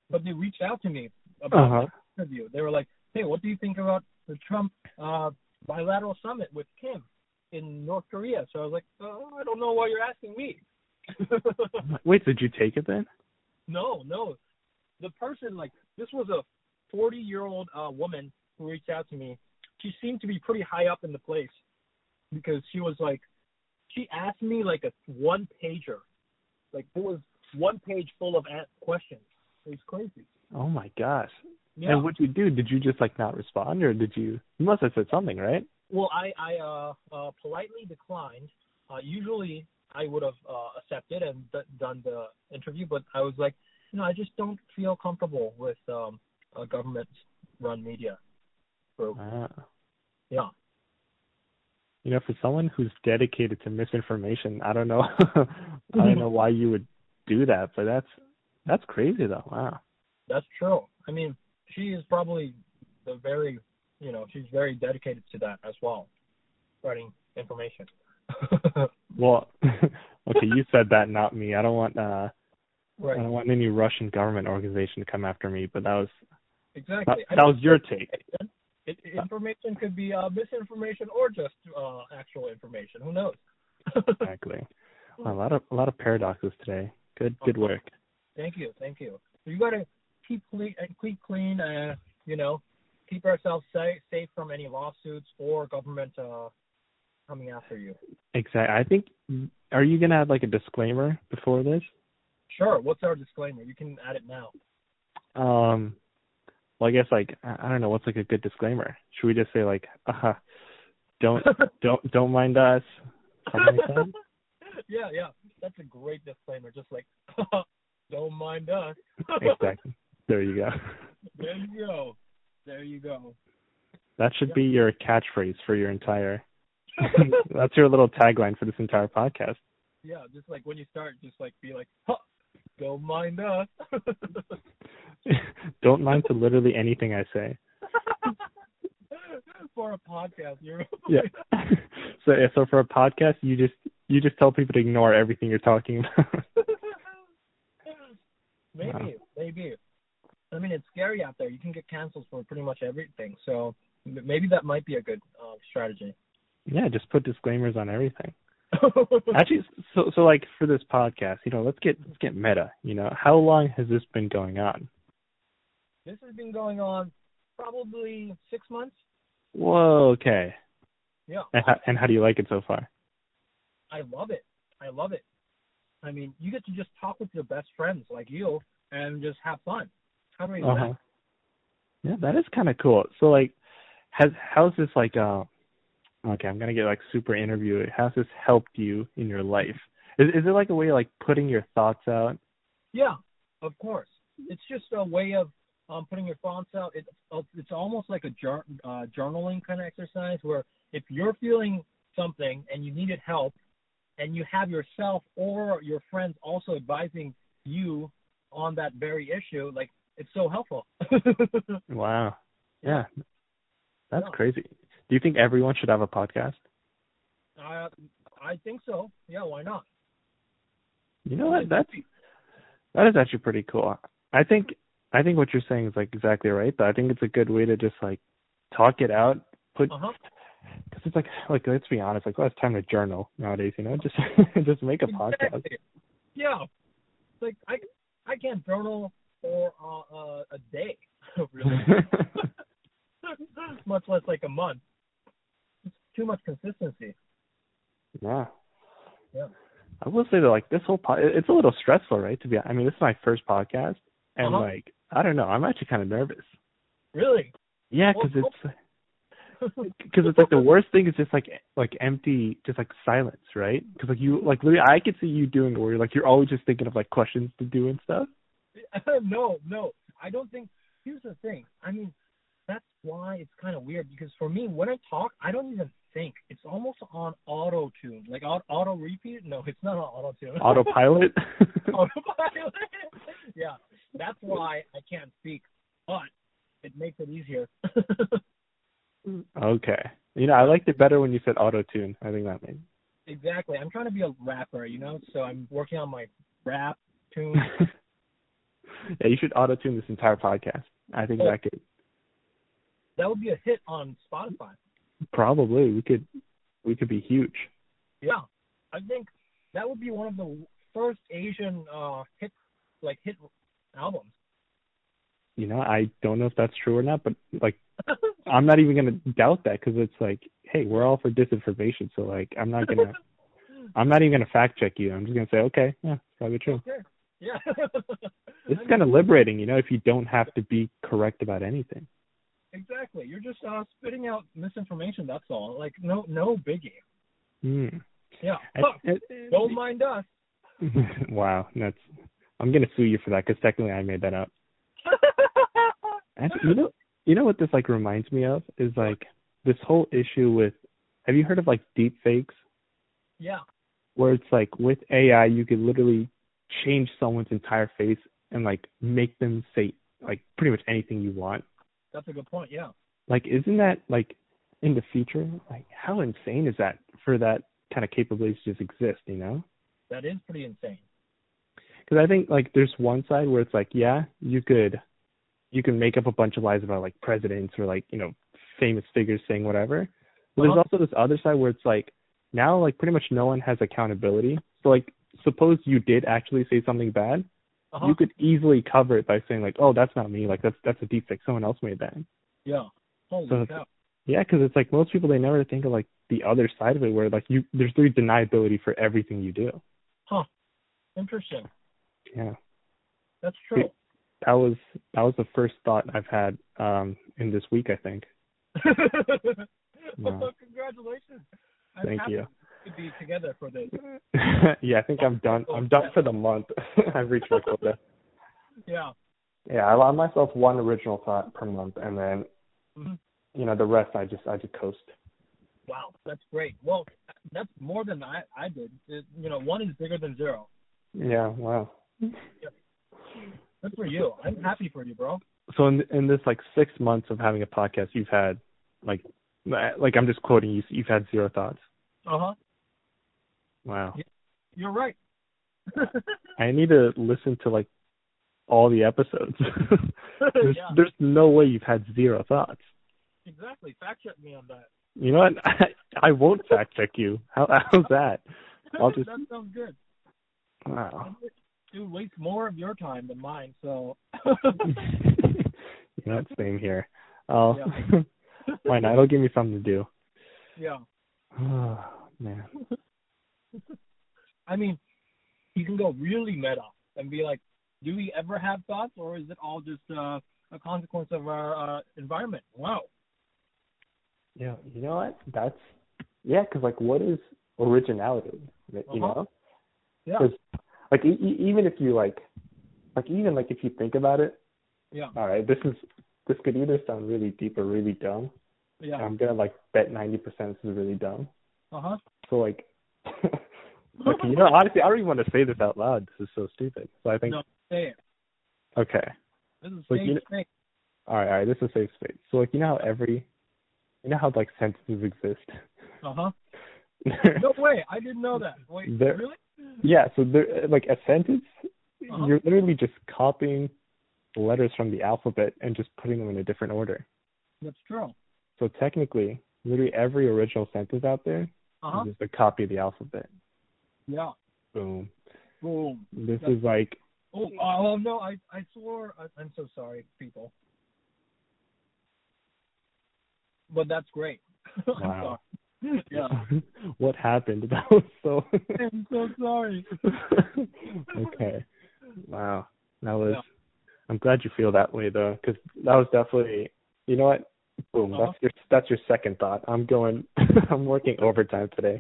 [SPEAKER 2] but they reached out to me about
[SPEAKER 3] Uh huh.
[SPEAKER 2] interview. They were like, "Hey, what do you think about the Trump uh, bilateral summit with Kim in North Korea?" So I was like, oh, "I don't know why you're asking me."
[SPEAKER 3] Wait, did you take it then?
[SPEAKER 2] no, no. The person, like, this was a 40-year-old uh, woman who reached out to me. She seemed to be pretty high up in the place because she was like, she asked me like a one pager, like it was one page full of a- questions. It was crazy.
[SPEAKER 3] Oh my gosh.
[SPEAKER 2] Yeah.
[SPEAKER 3] And what'd you do? Did you just like not respond or did you you must have said something, right?
[SPEAKER 2] Well, I, I uh, uh, politely declined. Uh, usually, I would have uh, accepted and d- done the interview, but I was like, you know, I just don't feel comfortable with um, a government-run media group.
[SPEAKER 3] Uh,
[SPEAKER 2] Yeah,
[SPEAKER 3] you know, for someone who's dedicated to misinformation, I don't know I don't know why you would do that, but that's that's crazy though. Wow.
[SPEAKER 2] that's true. I mean, she is probably the very, you know, she's very dedicated to that as well, spreading information.
[SPEAKER 3] Well okay, you said that, not me. I don't want uh I
[SPEAKER 2] right.
[SPEAKER 3] don't want any Russian government organization to come after me, but that was that,
[SPEAKER 2] Exactly. I
[SPEAKER 3] that was your take.
[SPEAKER 2] mean, it, information could be uh, misinformation or just uh, actual information. Who knows?
[SPEAKER 3] Exactly. A lot of a lot of paradoxes today. Good good work.
[SPEAKER 2] Thank you, thank you. So you gotta keep clean, uh, keep clean, uh, you know, keep ourselves safe, safe from any lawsuits or government uh, coming after you.
[SPEAKER 3] Exactly. I think. Are you gonna add like a disclaimer before this?
[SPEAKER 2] Sure. What's our disclaimer? You can add it now.
[SPEAKER 3] Um. Well, I guess like I I don't know what's like a good disclaimer. Should we just say like, uh, don't don't don't mind us? Something like that?
[SPEAKER 2] yeah, yeah. That's a great disclaimer. Just like, don't mind us.
[SPEAKER 3] Exactly. There you go.
[SPEAKER 2] There you go. There you go.
[SPEAKER 3] That should be your catchphrase for your entire. that's your little tagline for this entire podcast.
[SPEAKER 2] yeah, just like when you start, just like be like, huh, don't mind us.
[SPEAKER 3] Don't mind to literally anything I say.
[SPEAKER 2] For a podcast, you're
[SPEAKER 3] Yeah. so yeah, so for a podcast, you just you just tell people to ignore everything you're talking about.
[SPEAKER 2] maybe,
[SPEAKER 3] Wow.
[SPEAKER 2] maybe. I mean, it's scary out there. You can get canceled for pretty much everything. So m- maybe that might be a good uh, strategy.
[SPEAKER 3] yeah, just put disclaimers on everything. Actually, so so like for this podcast, you know, let's get let's get meta. You know, how long has this been going on?
[SPEAKER 2] this has been going on probably six months.
[SPEAKER 3] Whoa, okay.
[SPEAKER 2] Yeah,
[SPEAKER 3] And how, and how do you like it so far?
[SPEAKER 2] I love it. I love it. I mean, you get to just talk with your best friends like you and just have fun. How do we do that?
[SPEAKER 3] Uh-huh. Yeah, that is kind of cool. So like, has how's this like? Uh, okay, I'm gonna get like super interview. How's this helped you in your life? Is is it like a way of, like putting your thoughts out?
[SPEAKER 2] Yeah, of course. It's just a way of um, putting your thoughts out. It, it's almost like a jour- uh, journaling kind of exercise where if you're feeling something and you needed help, and you have yourself or your friends also advising you on that very issue, like it's so helpful.
[SPEAKER 3] Wow. Yeah. That's
[SPEAKER 2] Yeah.
[SPEAKER 3] crazy. Do you think everyone should have a podcast?
[SPEAKER 2] I, I think so. Yeah, why not?
[SPEAKER 3] You know what? That's that is actually pretty cool. I think I think what you're saying is like exactly right. But I think it's a good way to just like talk it out. Put
[SPEAKER 2] Uh huh.
[SPEAKER 3] because it's like like let's be honest, like less time to journal nowadays. You know, just just make a podcast.
[SPEAKER 2] Exactly. Yeah. It's Like I, I can't journal for uh, uh, a day, really. much less like a month. It's too much consistency.
[SPEAKER 3] yeah.
[SPEAKER 2] Yeah.
[SPEAKER 3] I will say that like this whole po- it- it's a little stressful, right? To be I mean, this is my first podcast, and
[SPEAKER 2] Uh-huh.
[SPEAKER 3] like I don't know, I'm actually kind of nervous.
[SPEAKER 2] Really?
[SPEAKER 3] Yeah,
[SPEAKER 2] Well,
[SPEAKER 3] because it's because it's like the worst thing is just like like empty, just like silence, right? Because like you like literally, I could see you doing it where you're like you're always just thinking of like questions to do and stuff.
[SPEAKER 2] no, no. I don't think. Here's the thing. I mean, that's why it's kind of weird because for me, when I talk, I don't even think. It's almost on auto tune, like au- auto repeat. No, it's not on auto tune.
[SPEAKER 3] Autopilot.
[SPEAKER 2] Oh. Autopilot. yeah, that's why I can't speak, but it makes it easier.
[SPEAKER 3] okay, you know I liked it better when you said auto tune. I think that made.
[SPEAKER 2] exactly. I'm trying to be a rapper, you know, so I'm working on my rap tune.
[SPEAKER 3] yeah, you should auto tune this entire podcast. I think
[SPEAKER 2] Oh.
[SPEAKER 3] that could
[SPEAKER 2] that would be a hit on Spotify.
[SPEAKER 3] probably we could we could be huge.
[SPEAKER 2] Yeah, I think that would be one of the first Asian uh, hit, like hit albums.
[SPEAKER 3] You know, I don't know if that's true or not, but like I'm not even gonna doubt that because it's like, hey, we're all for disinformation, so like I'm not gonna I'm not even gonna fact check you. I'm just gonna say, okay, yeah, it's probably true.
[SPEAKER 2] yeah.
[SPEAKER 3] It's
[SPEAKER 2] I mean,
[SPEAKER 3] kind of liberating, you know, if you don't have to be correct about anything.
[SPEAKER 2] exactly. You're just uh, spitting out misinformation. That's all. Like no, no biggie.
[SPEAKER 3] Mm.
[SPEAKER 2] Yeah.
[SPEAKER 3] I-
[SPEAKER 2] Huh,
[SPEAKER 3] I-
[SPEAKER 2] Don't mind us.
[SPEAKER 3] wow, that's I'm gonna sue you for that because technically I made that up. Actually, you know, you know what this like reminds me of is like this whole issue with. Have you heard of like deep fakes,
[SPEAKER 2] yeah.
[SPEAKER 3] where it's like with AI you could literally change someone's entire face and like make them say like pretty much anything you want.
[SPEAKER 2] That's a good point. Yeah.
[SPEAKER 3] Like, isn't that like in the future? Like, how insane is that for that kind of capability to just exist? You know,
[SPEAKER 2] That is pretty insane.
[SPEAKER 3] because I think like there's one side where it's like, yeah, you could, you can make up a bunch of lies about like presidents or like you know famous figures saying whatever. But there's
[SPEAKER 2] Uh-huh.
[SPEAKER 3] also this other side where it's like now like pretty much no one has accountability. So like suppose you did actually say something bad,
[SPEAKER 2] Uh-huh.
[SPEAKER 3] you could easily cover it by saying like, oh, that's not me. Like that's that's a deep fake. Someone else made that.
[SPEAKER 2] yeah. Holy
[SPEAKER 3] So-
[SPEAKER 2] cow!
[SPEAKER 3] Yeah, because it's like most people they never think of like the other side of it, where like you there's really deniability for everything you do.
[SPEAKER 2] Interesting.
[SPEAKER 3] Yeah,
[SPEAKER 2] That's true.
[SPEAKER 3] that was that was the first thought I've had um in this week. I think.
[SPEAKER 2] well, congratulations. I'm
[SPEAKER 3] Thank
[SPEAKER 2] happy
[SPEAKER 3] you.
[SPEAKER 2] To be together for this.
[SPEAKER 3] yeah, I think I'm done. I'm done for the month. I've reached my quota.
[SPEAKER 2] Yeah.
[SPEAKER 3] Yeah, I allow myself one original thought per month, and then
[SPEAKER 2] Mhm.
[SPEAKER 3] you know the rest I just I just coast.
[SPEAKER 2] Wow, that's great. Well, that's more than I I did. It- you know, one is bigger than zero.
[SPEAKER 3] Yeah, wow.
[SPEAKER 2] Good for you. I'm happy for you, bro.
[SPEAKER 3] So in in this like six months of having a podcast, you've had like like I'm just quoting you. You've had zero thoughts.
[SPEAKER 2] Uh huh.
[SPEAKER 3] Wow.
[SPEAKER 2] You're right.
[SPEAKER 3] I need to listen to like all the episodes. there's,
[SPEAKER 2] yeah,
[SPEAKER 3] there's no way you've had zero thoughts.
[SPEAKER 2] exactly. Fact check me on that.
[SPEAKER 3] You know what? I, I won't fact check you. How, how's that? I'll just- Ah.
[SPEAKER 2] that sounds good.
[SPEAKER 3] Wow.
[SPEAKER 2] You waste more of your time than mine, so.
[SPEAKER 3] you know, it's same here. Oh, why not? It'll give me something to do.
[SPEAKER 2] yeah.
[SPEAKER 3] Oh, man.
[SPEAKER 2] I mean, you can go really meta and be like, do we ever have thoughts, or is it all just uh, a consequence of our uh, environment? Wow.
[SPEAKER 3] Yeah, you know what? That's yeah, because like, what is originality? You
[SPEAKER 2] Uh-huh.
[SPEAKER 3] know,
[SPEAKER 2] Yeah.
[SPEAKER 3] 'Cause, like e- e- even if you like, like even like if you think about it,
[SPEAKER 2] Yeah.
[SPEAKER 3] all right, this is this could either sound really deep or really dumb. And
[SPEAKER 2] Yeah.
[SPEAKER 3] I'm gonna like bet ninety percent this is really dumb.
[SPEAKER 2] Uh huh.
[SPEAKER 3] So like, like you know, honestly, I don't even want to say this out loud. This is so stupid. So I think
[SPEAKER 2] No. Say it.
[SPEAKER 3] okay,
[SPEAKER 2] This is
[SPEAKER 3] Like, you
[SPEAKER 2] stage
[SPEAKER 3] know-
[SPEAKER 2] thing.
[SPEAKER 3] all right, all right, this is safe space. So like, you know how every, you know how like sentences exist.
[SPEAKER 2] Uh huh. No way. I didn't know that. Wait,
[SPEAKER 3] There-
[SPEAKER 2] really?
[SPEAKER 3] Yeah, so there, like a sentence,
[SPEAKER 2] Uh-huh.
[SPEAKER 3] you're literally just copying the letters from the alphabet and just putting them in a different order.
[SPEAKER 2] That's true.
[SPEAKER 3] So technically, literally every original sentence out there is
[SPEAKER 2] Uh huh.
[SPEAKER 3] just a copy of the alphabet.
[SPEAKER 2] Yeah.
[SPEAKER 3] Boom.
[SPEAKER 2] Boom.
[SPEAKER 3] This
[SPEAKER 2] That's-
[SPEAKER 3] is like,
[SPEAKER 2] Oh, oh no! I I swore. I, I'm so sorry, people. But that's great. I'm
[SPEAKER 3] Wow.
[SPEAKER 2] sorry. Yeah.
[SPEAKER 3] what happened? That was so.
[SPEAKER 2] I'm so sorry.
[SPEAKER 3] okay. Wow. That was.
[SPEAKER 2] Yeah.
[SPEAKER 3] I'm glad you feel that way though, because that was definitely. You know what? Boom.
[SPEAKER 2] Uh-huh.
[SPEAKER 3] That's your that's your second thought. I'm going. I'm working overtime today.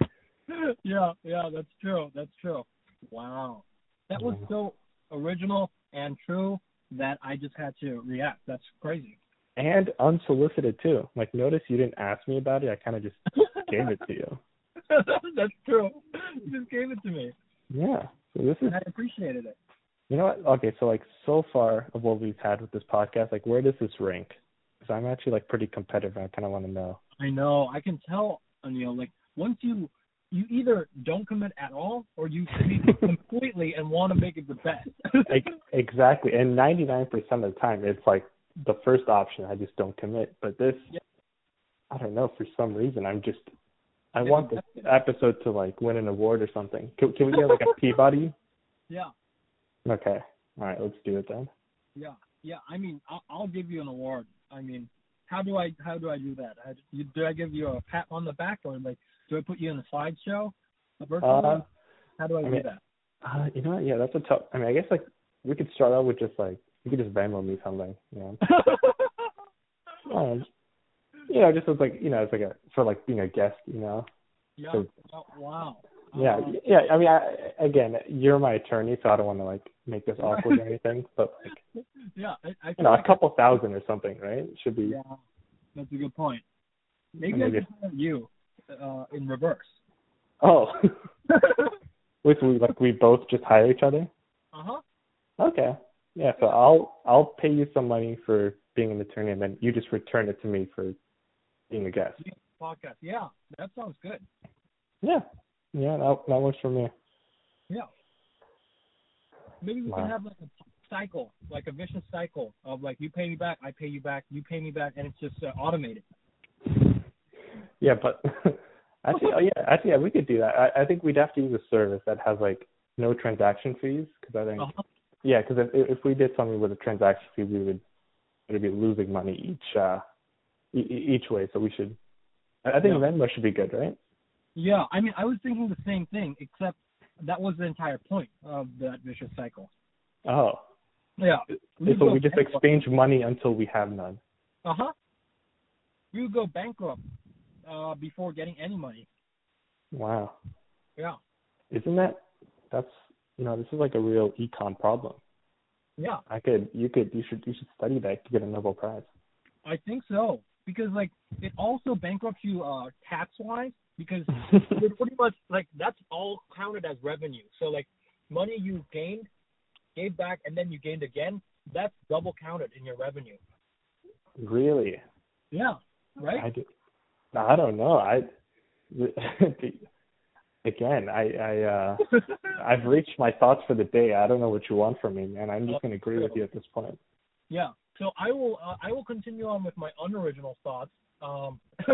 [SPEAKER 2] Yeah, yeah, that's true. That's true. Wow. That was
[SPEAKER 3] Wow.
[SPEAKER 2] so original and true that I just had to react. That's crazy.
[SPEAKER 3] and unsolicited too. Like, notice you didn't ask me about it. I kind of just gave it to you.
[SPEAKER 2] that's true. You just gave it to me.
[SPEAKER 3] Yeah. So this is,
[SPEAKER 2] And I appreciated it.
[SPEAKER 3] you know what? Okay, so like so far of what we've had with this podcast, like where does this rank? Because I'm actually like pretty competitive. I kind of want to know.
[SPEAKER 2] I know. I can tell, Anil. Like once you you either don't commit at all, or you commit completely and want to make it the best.
[SPEAKER 3] Ex- exactly. And 99% of the time, it's like the first option. I just don't commit. But this,
[SPEAKER 2] Yeah.
[SPEAKER 3] I don't know. For some reason, I'm just. I
[SPEAKER 2] Yeah,
[SPEAKER 3] want this episode to like win an award or something. Can, can we get like a Peabody?
[SPEAKER 2] yeah,
[SPEAKER 3] Okay. All right. Let's do it then.
[SPEAKER 2] yeah, yeah. I mean, I'll, I'll give you an award. I mean, how do I how do I do that? I, you, do I give you a pat on the back, or like do I put you in a slideshow? A virtual
[SPEAKER 3] Uh,
[SPEAKER 2] one? how do I,
[SPEAKER 3] I
[SPEAKER 2] do
[SPEAKER 3] mean-
[SPEAKER 2] that?
[SPEAKER 3] Uh, you know what? Yeah, that's a tough. I mean, I guess like we could start out with just like you could just Venmo me something, you know. Um, you know, just as like you know, it's like a for like being a guest, you know.
[SPEAKER 2] yeah.
[SPEAKER 3] so-
[SPEAKER 2] Oh, wow.
[SPEAKER 3] Yeah,
[SPEAKER 2] Uh,
[SPEAKER 3] yeah. I mean, I, again, you're my attorney, so I don't want to like make this awkward or anything. But like,
[SPEAKER 2] yeah. I, I
[SPEAKER 3] you
[SPEAKER 2] feel
[SPEAKER 3] know, a
[SPEAKER 2] like-
[SPEAKER 3] couple thousand or something, right? Should be.
[SPEAKER 2] yeah. That's a good point. Maybe,
[SPEAKER 3] Maybe.
[SPEAKER 2] I should hire you uh, in reverse.
[SPEAKER 3] Oh,
[SPEAKER 2] uh
[SPEAKER 3] which we like we both just hire each other.
[SPEAKER 2] huh.
[SPEAKER 3] Okay. Yeah. So I'll I'll pay you some money for being an attorney, and then you just return it to me for being a guest.
[SPEAKER 2] Podcast. Yeah, that sounds good.
[SPEAKER 3] Yeah. Yeah. That that works for me.
[SPEAKER 2] Yeah. Maybe we
[SPEAKER 3] Wow.
[SPEAKER 2] can have like a cycle, like a vicious cycle of like you pay me back, I pay you back, you pay me back, and it's just uh, automated.
[SPEAKER 3] Yeah, but actually, oh yeah, actually, yeah, we could do that. I, I think we'd have to use a service that has like no transaction fees, because I think
[SPEAKER 2] Uh-huh.
[SPEAKER 3] yeah, because if if we did something with a transaction fee, we would would be losing money each uh e- e- each way. So we should. I I think Venmo should be good, right?
[SPEAKER 2] Yeah, I mean, I was thinking the same thing, except that was the entire point of that vicious cycle.
[SPEAKER 3] Oh,
[SPEAKER 2] Yeah.
[SPEAKER 3] so we just exchange money until we have none.
[SPEAKER 2] Uh huh. We would go bankrupt uh, before getting any money.
[SPEAKER 3] Wow,
[SPEAKER 2] Yeah.
[SPEAKER 3] isn't that that's you know this is like a real econ problem.
[SPEAKER 2] Yeah.
[SPEAKER 3] I could you could you should you should study that to get a Nobel Prize.
[SPEAKER 2] I think so because like it also bankrupts you uh tax wise because you're pretty much like that's all counted as revenue. So like money you gained, gave back, and then you gained again, that's double counted in your revenue.
[SPEAKER 3] really?
[SPEAKER 2] Yeah. Right.
[SPEAKER 3] I, d- I don't know. I again, I I uh I've reached my thoughts for the day. I don't know what you want from me, man. I'm
[SPEAKER 2] Oh,
[SPEAKER 3] just gonna agree with you at this point.
[SPEAKER 2] yeah. So I will uh, I will continue on with my unoriginal thoughts. Um,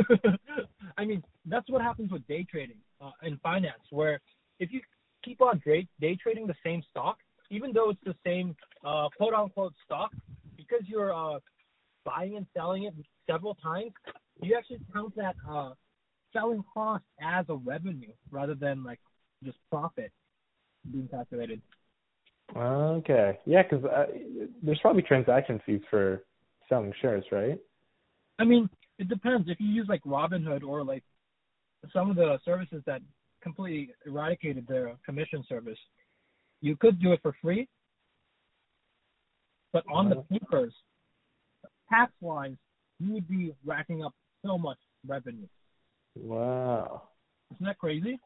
[SPEAKER 2] I mean that's what happens with day trading uh, in finance, where if you keep on day day trading the same stock, even though it's the same uh, quote unquote stock, because you're uh, buying and selling it several times, you actually count that uh, selling cost as a revenue rather than like just profit being calculated.
[SPEAKER 3] Okay. Yeah, because uh, there's probably transaction fees for selling shares, right?
[SPEAKER 2] I mean, it depends. If you use like Robinhood or like some of the services that completely eradicated their commission service, you could do it for free. But on the
[SPEAKER 3] Mm-hmm.
[SPEAKER 2] papers, tax wise, you would be racking up so much revenue.
[SPEAKER 3] Wow.
[SPEAKER 2] Isn't that crazy?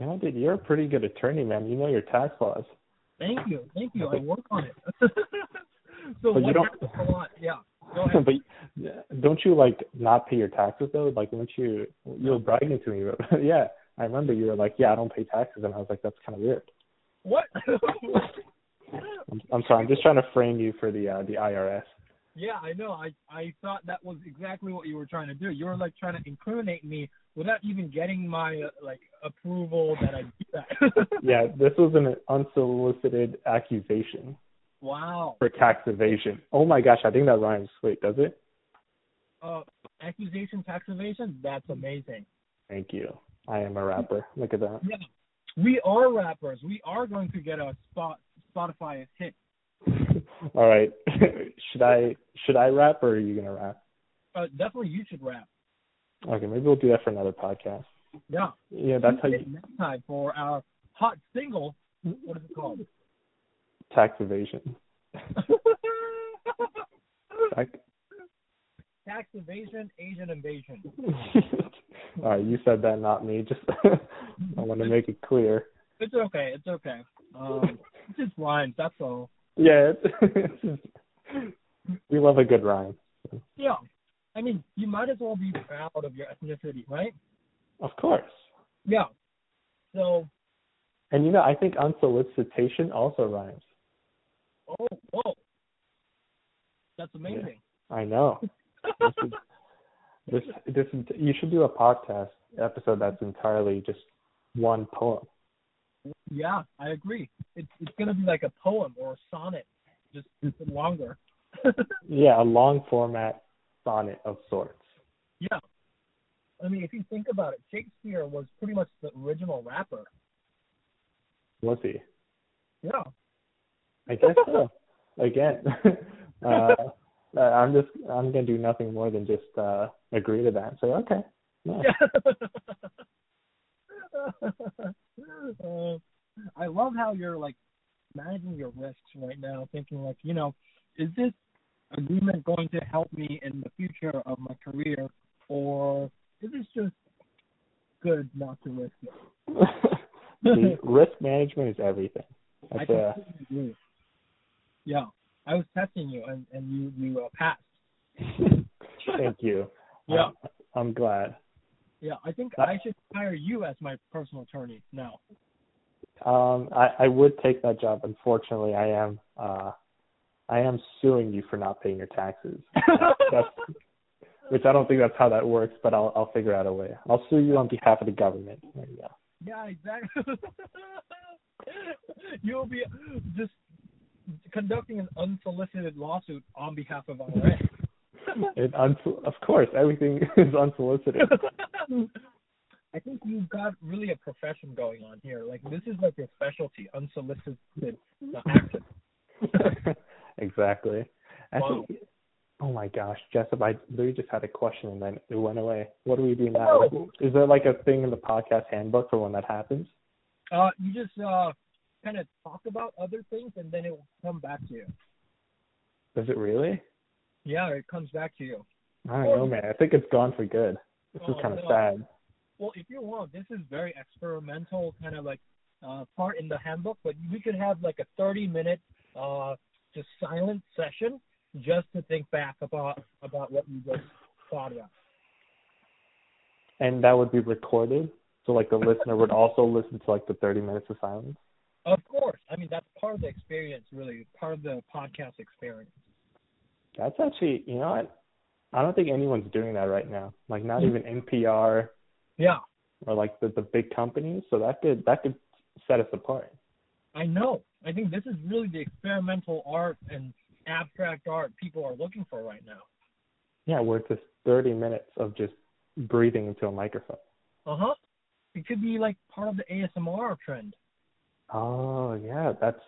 [SPEAKER 3] Yeah, dude, you're a pretty good attorney, man. You know your tax laws.
[SPEAKER 2] Thank you, thank you. I work on it. so
[SPEAKER 3] But you
[SPEAKER 2] what
[SPEAKER 3] don't-
[SPEAKER 2] happens a lot, yeah. Go ahead.
[SPEAKER 3] but don't you like not pay your taxes though? Like, weren't you you were bragging to me? But, yeah, I remember you were like, "Yeah, I don't pay taxes," and I was like, "That's kind of weird."
[SPEAKER 2] What?
[SPEAKER 3] I'm, I'm sorry. I'm just trying to frame you for the uh, the IRS.
[SPEAKER 2] Yeah, I know. I I thought that was exactly what you were trying to do. You were like trying to incriminate me without even getting my uh, like approval that I did that.
[SPEAKER 3] Yeah, this was an unsolicited accusation
[SPEAKER 2] Wow.
[SPEAKER 3] for tax evasion. Oh my gosh, I think that rhymes. Wait, does it?
[SPEAKER 2] Uh, accusation, tax evasion. That's amazing.
[SPEAKER 3] Thank you. I am a rapper. Look at that.
[SPEAKER 2] Yeah, we are rappers. We are going to get a spot Spotify hit.
[SPEAKER 3] All right. should I should I rap or are you gonna rap?
[SPEAKER 2] Uh, definitely, you should rap.
[SPEAKER 3] Okay, maybe we'll do that for another podcast.
[SPEAKER 2] Yeah.
[SPEAKER 3] Yeah, that's how you
[SPEAKER 2] Next time for our hot single. What is it called?
[SPEAKER 3] tax evasion. Tax-
[SPEAKER 2] tax evasion, Asian invasion.
[SPEAKER 3] All right, you said that, not me. Just I want to make it clear.
[SPEAKER 2] It's okay. It's okay. Um, it's just rhymes. That's all.
[SPEAKER 3] Yeah, it's, it's- we love a good rhyme.
[SPEAKER 2] Yeah. I mean, you might as well be proud of your ethnicity, right?
[SPEAKER 3] Of course.
[SPEAKER 2] Yeah. So,
[SPEAKER 3] And you know, I think unsolicitation also rhymes.
[SPEAKER 2] oh, whoa. That's amazing.
[SPEAKER 3] I know. This is, this, this is, you should do a podcast episode that's entirely just one poem.
[SPEAKER 2] Yeah, I agree. It's it's gonna be like a poem or a sonnet, just longer.
[SPEAKER 3] Yeah, a long format sonnet of sorts.
[SPEAKER 2] yeah. I mean, if you think about it, Shakespeare was pretty much the original rapper.
[SPEAKER 3] Was he?
[SPEAKER 2] Yeah.
[SPEAKER 3] I guess so. Again, uh, uh, I'm just I'm gonna do nothing more than just uh, agree to that. So okay, yeah.
[SPEAKER 2] uh, I love how you're like managing your risks right now, thinking like, you know, is this agreement going to help me in the future of my career, or is this just good not to risk it?
[SPEAKER 3] See, risk management is everything.
[SPEAKER 2] I
[SPEAKER 3] That's, uh,
[SPEAKER 2] completely agree. Yeah, I was testing you, and and you you uh, passed.
[SPEAKER 3] thank you.
[SPEAKER 2] Yeah.
[SPEAKER 3] I'm, I'm glad.
[SPEAKER 2] Yeah, I think
[SPEAKER 3] Uh,
[SPEAKER 2] I should hire you as my personal attorney now.
[SPEAKER 3] Um, I, I would take that job. Unfortunately, I am uh, I am suing you for not paying your taxes, That's, which I don't think that's how that works. But I'll I'll figure out a way. I'll sue you on behalf of the government. There you go.
[SPEAKER 2] Yeah, exactly. You'll be just conducting an unsolicited lawsuit on behalf of IRS.
[SPEAKER 3] it unso- of course, everything is unsolicited.
[SPEAKER 2] I think you've got really a profession going on here. Like this is like your specialty, unsolicited uh,
[SPEAKER 3] Mm-hmm.
[SPEAKER 2] action.
[SPEAKER 3] exactly. I
[SPEAKER 2] Wow.
[SPEAKER 3] think, oh my gosh, Jessup, I literally just had a question and then it went away. What do we do now? Like, is there like a thing in the podcast handbook for when that happens?
[SPEAKER 2] Uh, you just uh, kind of talk about other things, and then it will come back to you.
[SPEAKER 3] Does it really?
[SPEAKER 2] Yeah, it comes back to you.
[SPEAKER 3] I don't know, man. I think it's gone for good. This is
[SPEAKER 2] Oh,
[SPEAKER 3] kind of
[SPEAKER 2] no.
[SPEAKER 3] sad.
[SPEAKER 2] Well, if you want, this is very experimental kind of like uh, part in the handbook, but we could have like a 30 minute uh, just silent session just to think back about about what you just thought about.
[SPEAKER 3] And that would be recorded. So like the listener would also listen to like the 30 minutes of silence.
[SPEAKER 2] Of course, I mean that's part of the experience, really, part of the podcast experience.
[SPEAKER 3] That's actually, you know, I, I don't think anyone's doing that right now. Like not even NPR
[SPEAKER 2] Yeah,
[SPEAKER 3] or like the, the big companies. So that could that could set us apart.
[SPEAKER 2] I know. I think this is really the experimental art and abstract art people are looking for right now.
[SPEAKER 3] Yeah, where it's just 30 minutes of just breathing into a microphone.
[SPEAKER 2] Uh huh. It could be like part of the ASMR trend.
[SPEAKER 3] Oh yeah, that's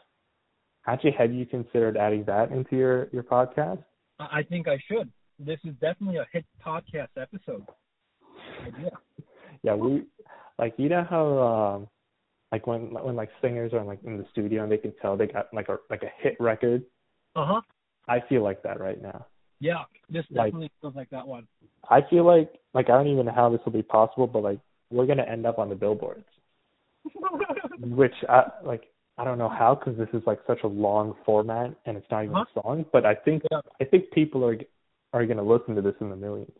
[SPEAKER 3] actually. Have you considered adding that into your your podcast?
[SPEAKER 2] I I think I should. This is definitely a hit podcast episode. Idea.
[SPEAKER 3] Yeah, we like you know how um like when when like singers are like in the studio and they can tell they got like a like a hit record.
[SPEAKER 2] Uh
[SPEAKER 3] Uh-huh.
[SPEAKER 2] huh.
[SPEAKER 3] I feel like that right now.
[SPEAKER 2] Yeah, this
[SPEAKER 3] Like-
[SPEAKER 2] definitely feels like that one.
[SPEAKER 3] I feel like like I don't even know how this will be possible, but like we're gonna end up on the billboards, which I like I don't know how because this is like such a long format and it's not even a song, but I think
[SPEAKER 2] Yeah.
[SPEAKER 3] I think people are are gonna listen to this in the millions.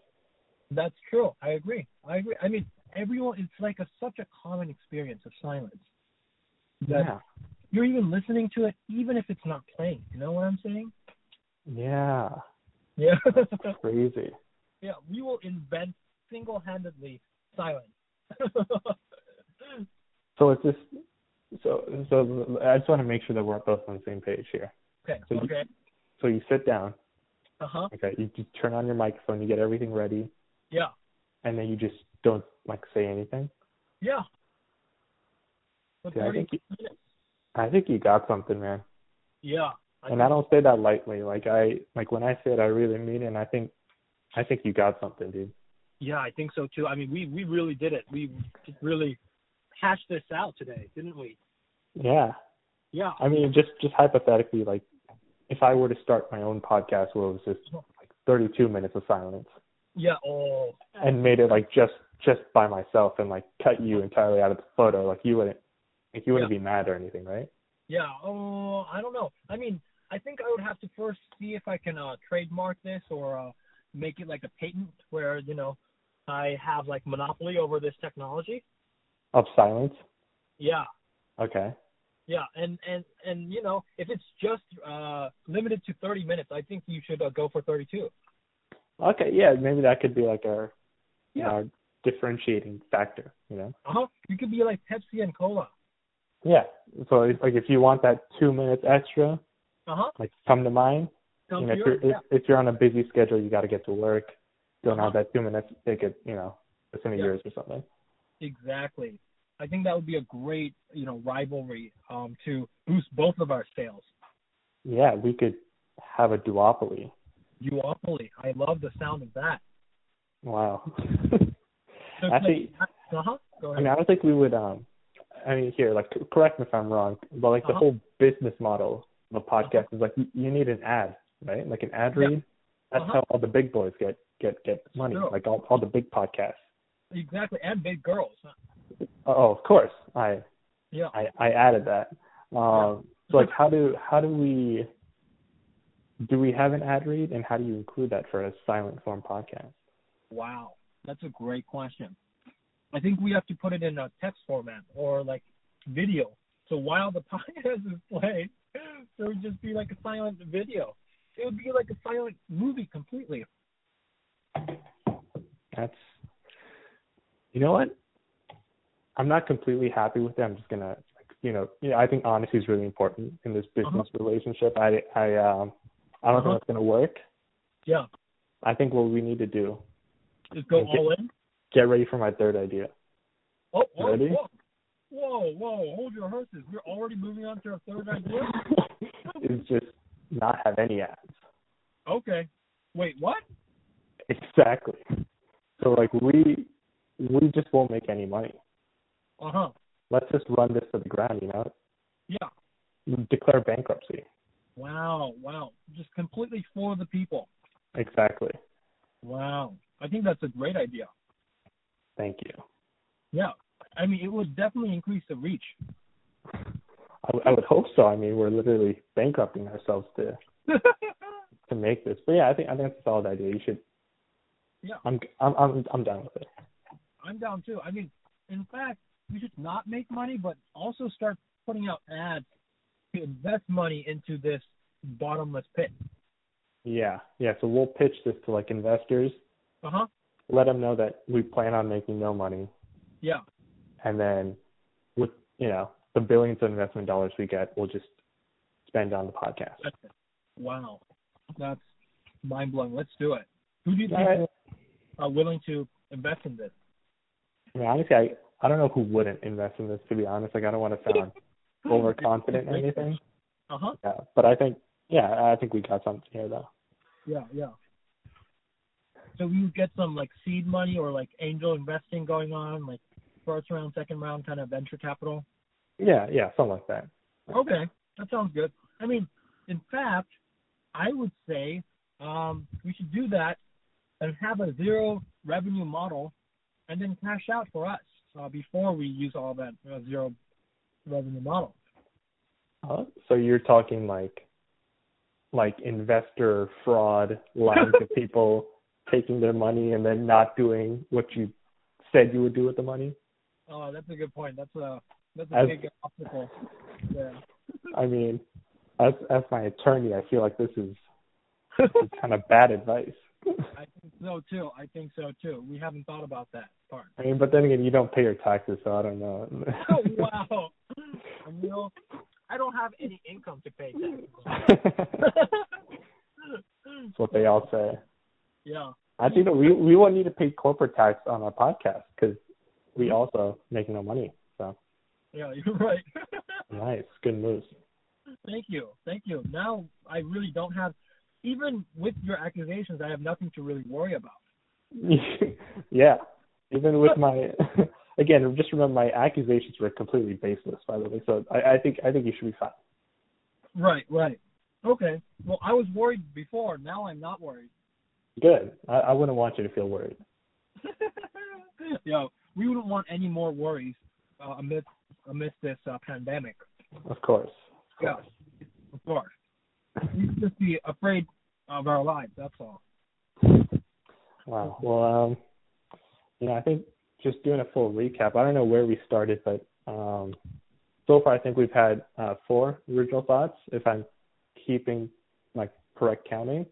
[SPEAKER 2] That's true. I agree. I agree. I mean, everyone. It's like a such a common experience of silence. That
[SPEAKER 3] Yeah,
[SPEAKER 2] You're even listening to it, even if it's not playing. You know what I'm saying?
[SPEAKER 3] yeah,
[SPEAKER 2] Yeah.
[SPEAKER 3] crazy.
[SPEAKER 2] yeah. We will invent single-handedly silence.
[SPEAKER 3] So it's just so so I just want to make sure that we're both on the same page here.
[SPEAKER 2] okay.
[SPEAKER 3] So you-
[SPEAKER 2] Okay.
[SPEAKER 3] So you sit down,
[SPEAKER 2] Uh huh.
[SPEAKER 3] okay, you just turn on your microphone, you get everything ready,
[SPEAKER 2] Yeah.
[SPEAKER 3] and then you just don't like say anything.
[SPEAKER 2] Yeah. For
[SPEAKER 3] Yeah, I
[SPEAKER 2] 30
[SPEAKER 3] think you,
[SPEAKER 2] minutes.
[SPEAKER 3] I think you got something, man.
[SPEAKER 2] Yeah. I
[SPEAKER 3] and I don't say that lightly. Like I like when I say it, I really mean it. And I think, I think you got something, dude.
[SPEAKER 2] Yeah, I think so too. I mean, we we really did it. We really hashed this out today, didn't we?
[SPEAKER 3] Yeah,
[SPEAKER 2] Yeah.
[SPEAKER 3] I mean, just just hypothetically, like if I were to start my own podcast where it was just like 32 minutes of silence
[SPEAKER 2] Yeah. Oh.
[SPEAKER 3] and made it like just just by myself and like cut you entirely out of the photo, like you wouldn't like you wouldn't be mad or anything, right?
[SPEAKER 2] Yeah. Oh, I don't know. I mean, I think I would have to first see if I can uh, trademark this or uh, make it like a patent where you know I have like monopoly over this technology.
[SPEAKER 3] Of silence.
[SPEAKER 2] Yeah.
[SPEAKER 3] Okay.
[SPEAKER 2] Yeah, and and and you know, if it's just uh limited to 30 minutes, I think you should uh, go for 32.
[SPEAKER 3] Okay. Yeah. Maybe that could be like our
[SPEAKER 2] Yeah.
[SPEAKER 3] our differentiating factor. You know.
[SPEAKER 2] Uh-huh. You could be like Pepsi and cola.
[SPEAKER 3] Yeah. So it's like if you want that two minutes extra,
[SPEAKER 2] Uh-huh.
[SPEAKER 3] like come to mind.
[SPEAKER 2] Sounds
[SPEAKER 3] you know, if
[SPEAKER 2] good.
[SPEAKER 3] you're if, if you're on a busy schedule, you got to get to work. Don't have
[SPEAKER 2] Uh-huh.
[SPEAKER 3] that two minutes. They could, you know, listen to
[SPEAKER 2] Yeah.
[SPEAKER 3] yours or something.
[SPEAKER 2] Exactly. I think that would be a great, you know, rivalry um, to boost both of our sales.
[SPEAKER 3] Yeah, we could have a duopoly.
[SPEAKER 2] Duopoly. I love the sound of that.
[SPEAKER 3] Wow.
[SPEAKER 2] So it's
[SPEAKER 3] I think.
[SPEAKER 2] like- uh-huh. Go
[SPEAKER 3] I mean,
[SPEAKER 2] ahead.
[SPEAKER 3] I don't think we would. Um, I mean, here, like, c- correct me if I'm wrong, but like the
[SPEAKER 2] Uh-huh.
[SPEAKER 3] whole business model of a podcast is like you, you need an ad, right? Like an ad
[SPEAKER 2] Yeah.
[SPEAKER 3] read. That's
[SPEAKER 2] Uh-huh.
[SPEAKER 3] how all the big boys get get get money.
[SPEAKER 2] Sure.
[SPEAKER 3] Like all all the big podcasts.
[SPEAKER 2] Exactly. And big girls.
[SPEAKER 3] Oh, of course. I
[SPEAKER 2] Yeah.
[SPEAKER 3] I, I added that. Um, so like how do how do we do we have an ad read and how do you include that for a silent form podcast?
[SPEAKER 2] Wow. That's a great question. I think we have to put it in a text format or like video. So while the podcast is playing, there would just be like a silent video. It would be like a silent movie completely.
[SPEAKER 3] That's you know what? I'm not completely happy with it. I'm just gonna like, you know, you know, I think honesty is really important in this business relationship. I I um I don't
[SPEAKER 2] Uh-huh.
[SPEAKER 3] think it's gonna work.
[SPEAKER 2] Yeah.
[SPEAKER 3] I think what we need to do
[SPEAKER 2] Just go
[SPEAKER 3] Okay.
[SPEAKER 2] all in.
[SPEAKER 3] get ready for my third idea.
[SPEAKER 2] Oh, whoa,
[SPEAKER 3] Ready?
[SPEAKER 2] whoa, whoa, whoa! Hold your horses. We're already moving on to our third idea.
[SPEAKER 3] is just not have any ads.
[SPEAKER 2] Okay. Wait, what?
[SPEAKER 3] Exactly. So like we we just won't make any money.
[SPEAKER 2] Uh huh.
[SPEAKER 3] Let's just run this to the ground, you know.
[SPEAKER 2] Yeah.
[SPEAKER 3] Declare bankruptcy.
[SPEAKER 2] Wow, wow. Just completely for the people.
[SPEAKER 3] Exactly.
[SPEAKER 2] Wow. I think that's a great idea.
[SPEAKER 3] Thank you.
[SPEAKER 2] Yeah. I mean, it would definitely increase the reach.
[SPEAKER 3] I, I would hope so. I mean, we're literally bankrupting ourselves to to make this. But yeah, I think I think that's a solid idea. You should.
[SPEAKER 2] Yeah.
[SPEAKER 3] I'm I'm I'm I'm down with it.
[SPEAKER 2] I'm down too. I mean, in fact, we should not make money, but also start putting out ads to invest money into this bottomless pit.
[SPEAKER 3] Yeah, yeah. So we'll pitch this to like investors.
[SPEAKER 2] Uh huh.
[SPEAKER 3] Let them know that we plan on making no money,
[SPEAKER 2] Yeah.
[SPEAKER 3] and then with you know the billions of investment dollars we get, we'll just spend on the podcast.
[SPEAKER 2] That's it. Wow. That's mind blowing. Let's do it. Who do you think
[SPEAKER 3] All right.
[SPEAKER 2] are willing to invest in this?
[SPEAKER 3] I mean, honestly, I I don't know who wouldn't invest in this. To be honest, like I don't want to sound overconfident or anything.
[SPEAKER 2] Uh huh.
[SPEAKER 3] Yeah, but I think yeah, I think we got something here though.
[SPEAKER 2] Yeah, yeah. So you get some like seed money or like angel investing going on, like first round, second round kind of venture capital.
[SPEAKER 3] Yeah, yeah, something like that.
[SPEAKER 2] Okay, that sounds good. I mean, in fact, I would say um, we should do that and have a zero revenue model, and then cash out for us uh, before we use all that uh, zero revenue model. Uh-huh.
[SPEAKER 3] Huh? So you're talking like like investor fraud, lying to people, taking their money and then not doing what you said you would do with the money.
[SPEAKER 2] Oh, that's a good point. That's a that's a
[SPEAKER 3] As-
[SPEAKER 2] big obstacle. Yeah.
[SPEAKER 3] I mean, as as my attorney, I feel like this is it's kind of bad advice.
[SPEAKER 2] I think so too. I think so too. We haven't thought about that part.
[SPEAKER 3] I mean, but then again, you don't pay your taxes, so I don't know.
[SPEAKER 2] Oh, wow. Emil, I don't have any income to pay taxes.
[SPEAKER 3] That's what they all say.
[SPEAKER 2] yeah.
[SPEAKER 3] I think that we we won't need to pay corporate tax on our podcast because we also make no money. So
[SPEAKER 2] Yeah, you're right.
[SPEAKER 3] nice, good moves.
[SPEAKER 2] Thank you. Thank you. Now I really don't have even with your accusations, I have nothing to really worry about.
[SPEAKER 3] yeah. Even with my again, just remember my accusations were completely baseless, by the way. So I, I think I think you should be fine.
[SPEAKER 2] Right, right. Okay. Well, I was worried before. Now I'm not worried.
[SPEAKER 3] Good. I, I wouldn't want you to feel worried.
[SPEAKER 2] Yo, we wouldn't want any more worries uh, amidst amidst this uh, pandemic.
[SPEAKER 3] Of course.
[SPEAKER 2] Yeah, of course. We should just be afraid of our lives. That's all.
[SPEAKER 3] Wow. Well, um, you know, I think just doing a full recap. I don't know where we started, but um, so far I think we've had uh, four original thoughts, if I'm keeping like correct counting.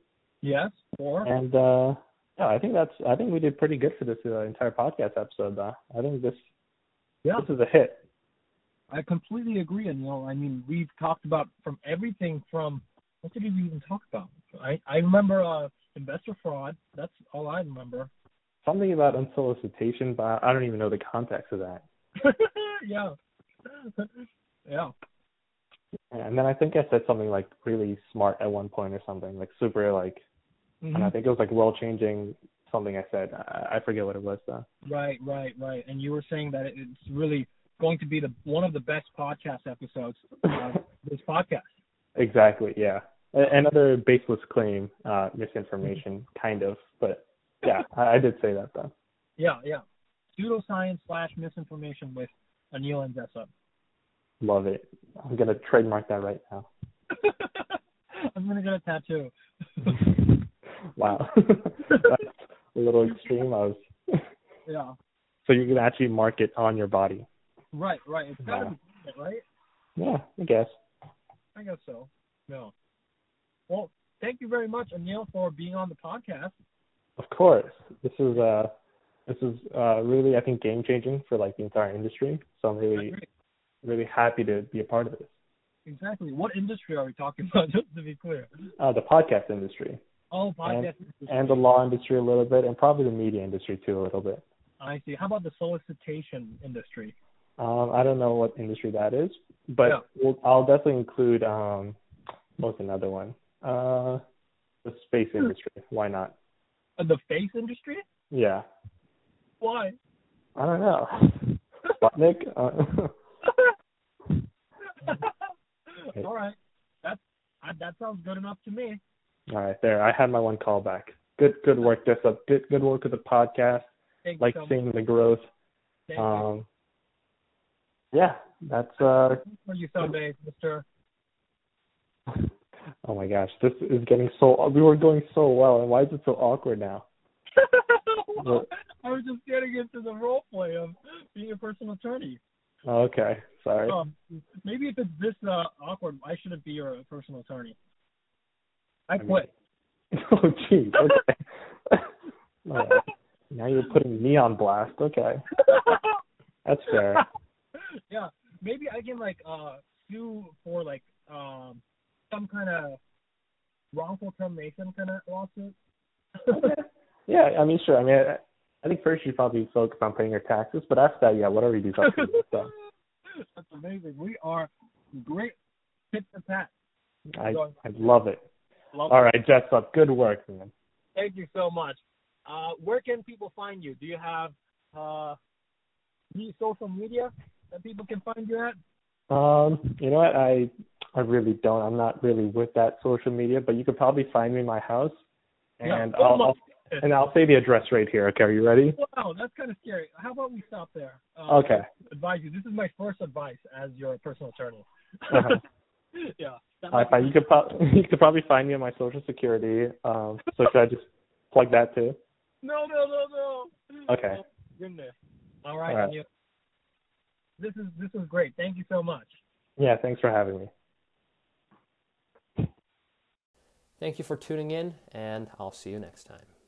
[SPEAKER 2] Yes. Or
[SPEAKER 3] And uh, yeah, I think that's I think we did pretty good for this uh, entire podcast episode. Though I think this
[SPEAKER 2] yeah,
[SPEAKER 3] this is a hit.
[SPEAKER 2] I completely agree. And you know, I mean, we've talked about from everything from what did we even talk about? I I remember uh, investor fraud. That's all I remember.
[SPEAKER 3] Something about unsolicitation, but I don't even know the context of that.
[SPEAKER 2] yeah. yeah.
[SPEAKER 3] And then I think I said something like really smart at one point or something, like super like, and I
[SPEAKER 2] Mhm.
[SPEAKER 3] think it was like world changing something I said. I, I forget what it was though.
[SPEAKER 2] Right, right, right. And you were saying that it's really going to be the one of the best podcast episodes uh, this podcast.
[SPEAKER 3] exactly, yeah. A- Another baseless claim, uh, misinformation, kind of, but yeah, I, I did say that though.
[SPEAKER 2] Yeah, yeah. Pseudoscience slash misinformation with Anil and Zessa.
[SPEAKER 3] Love it. I'm gonna trademark that right now.
[SPEAKER 2] I'm gonna get a tattoo.
[SPEAKER 3] Wow, that's a little extreme. I was.
[SPEAKER 2] yeah.
[SPEAKER 3] So you can actually mark it on your body.
[SPEAKER 2] Right, right. It's gotta
[SPEAKER 3] Wow.
[SPEAKER 2] be it, right?
[SPEAKER 3] Yeah, I guess.
[SPEAKER 2] I guess so. No. Well, thank you very much, Anil, for being on the podcast.
[SPEAKER 3] Of course, this is uh, this is uh, really I think game changing for like the entire industry. So I'm really
[SPEAKER 2] Great.
[SPEAKER 3] really happy to be a part of this.
[SPEAKER 2] Exactly. What industry are we talking about? Just to be clear.
[SPEAKER 3] Uh, the podcast industry.
[SPEAKER 2] Oh, podcast.
[SPEAKER 3] and the law industry a little bit, and probably the media industry too a little bit.
[SPEAKER 2] I see. How about the solicitation industry?
[SPEAKER 3] Um, I don't know what industry that is, but
[SPEAKER 2] Yeah.
[SPEAKER 3] we'll, I'll definitely include um, what's another one? Uh, the space industry. Why not?
[SPEAKER 2] Uh, the face industry?
[SPEAKER 3] Yeah,
[SPEAKER 2] Why?
[SPEAKER 3] I don't know. Sputnik. Uh,
[SPEAKER 2] All right. That's I, that sounds good enough to me.
[SPEAKER 3] all right, there. I had my one call back. Good, good work, this up. Good, good work with the podcast.
[SPEAKER 2] Thank
[SPEAKER 3] Like
[SPEAKER 2] you so much.
[SPEAKER 3] seeing the growth.
[SPEAKER 2] Thank you.
[SPEAKER 3] Um, yeah, that's uh,
[SPEAKER 2] For you someday, Mister.
[SPEAKER 3] Oh my gosh, this is getting so. We were going so well, and why is it so awkward now? Well-
[SPEAKER 2] I was just getting into the role play of being a personal attorney.
[SPEAKER 3] Okay, sorry.
[SPEAKER 2] Um, maybe if it's this uh, awkward, I shouldn't be your personal attorney. I
[SPEAKER 3] mean-
[SPEAKER 2] quit.
[SPEAKER 3] Oh jeez. Okay. All right. Now you're putting me on blast. Okay, that's fair.
[SPEAKER 2] yeah, maybe I can like uh sue for like um some kind of wrongful termination kind of lawsuit.
[SPEAKER 3] Yeah, I mean, sure. I mean, I, I think first you probably focus on paying your taxes, but after that, yeah, whatever you do, up to you. So
[SPEAKER 2] That's amazing. We are great tip to pat.
[SPEAKER 3] I I love it.
[SPEAKER 2] Love
[SPEAKER 3] All right, Jess, up. Good work, man.
[SPEAKER 2] Thank you so much. Uh, where can people find you? Do you have uh, any social media that people can find you at?
[SPEAKER 3] Um, you know what? I I really don't. I'm not really with that social media, but you could probably find me in my house,
[SPEAKER 2] Yeah.
[SPEAKER 3] and
[SPEAKER 2] Oh
[SPEAKER 3] I'll,
[SPEAKER 2] my
[SPEAKER 3] I'll
[SPEAKER 2] goodness.
[SPEAKER 3] and I'll say the address right here. Okay, are you ready?
[SPEAKER 2] Wow, that's kind of scary. How about we stop there? Uh,
[SPEAKER 3] Okay.
[SPEAKER 2] Advise you. This is my first advice as your personal attorney.
[SPEAKER 3] Uh-huh.
[SPEAKER 2] yeah. that
[SPEAKER 3] All
[SPEAKER 2] might
[SPEAKER 3] right, you could pro- you could probably find me on my social security. Um, so should I just plug that too?
[SPEAKER 2] be- no, no, no, no.
[SPEAKER 3] Okay.
[SPEAKER 2] Oh, goodness. All right.
[SPEAKER 3] All right.
[SPEAKER 2] Neil. This is this is great. Thank you so much.
[SPEAKER 3] Yeah, thanks for having me.
[SPEAKER 4] Thank you for tuning in, and I'll see you next time.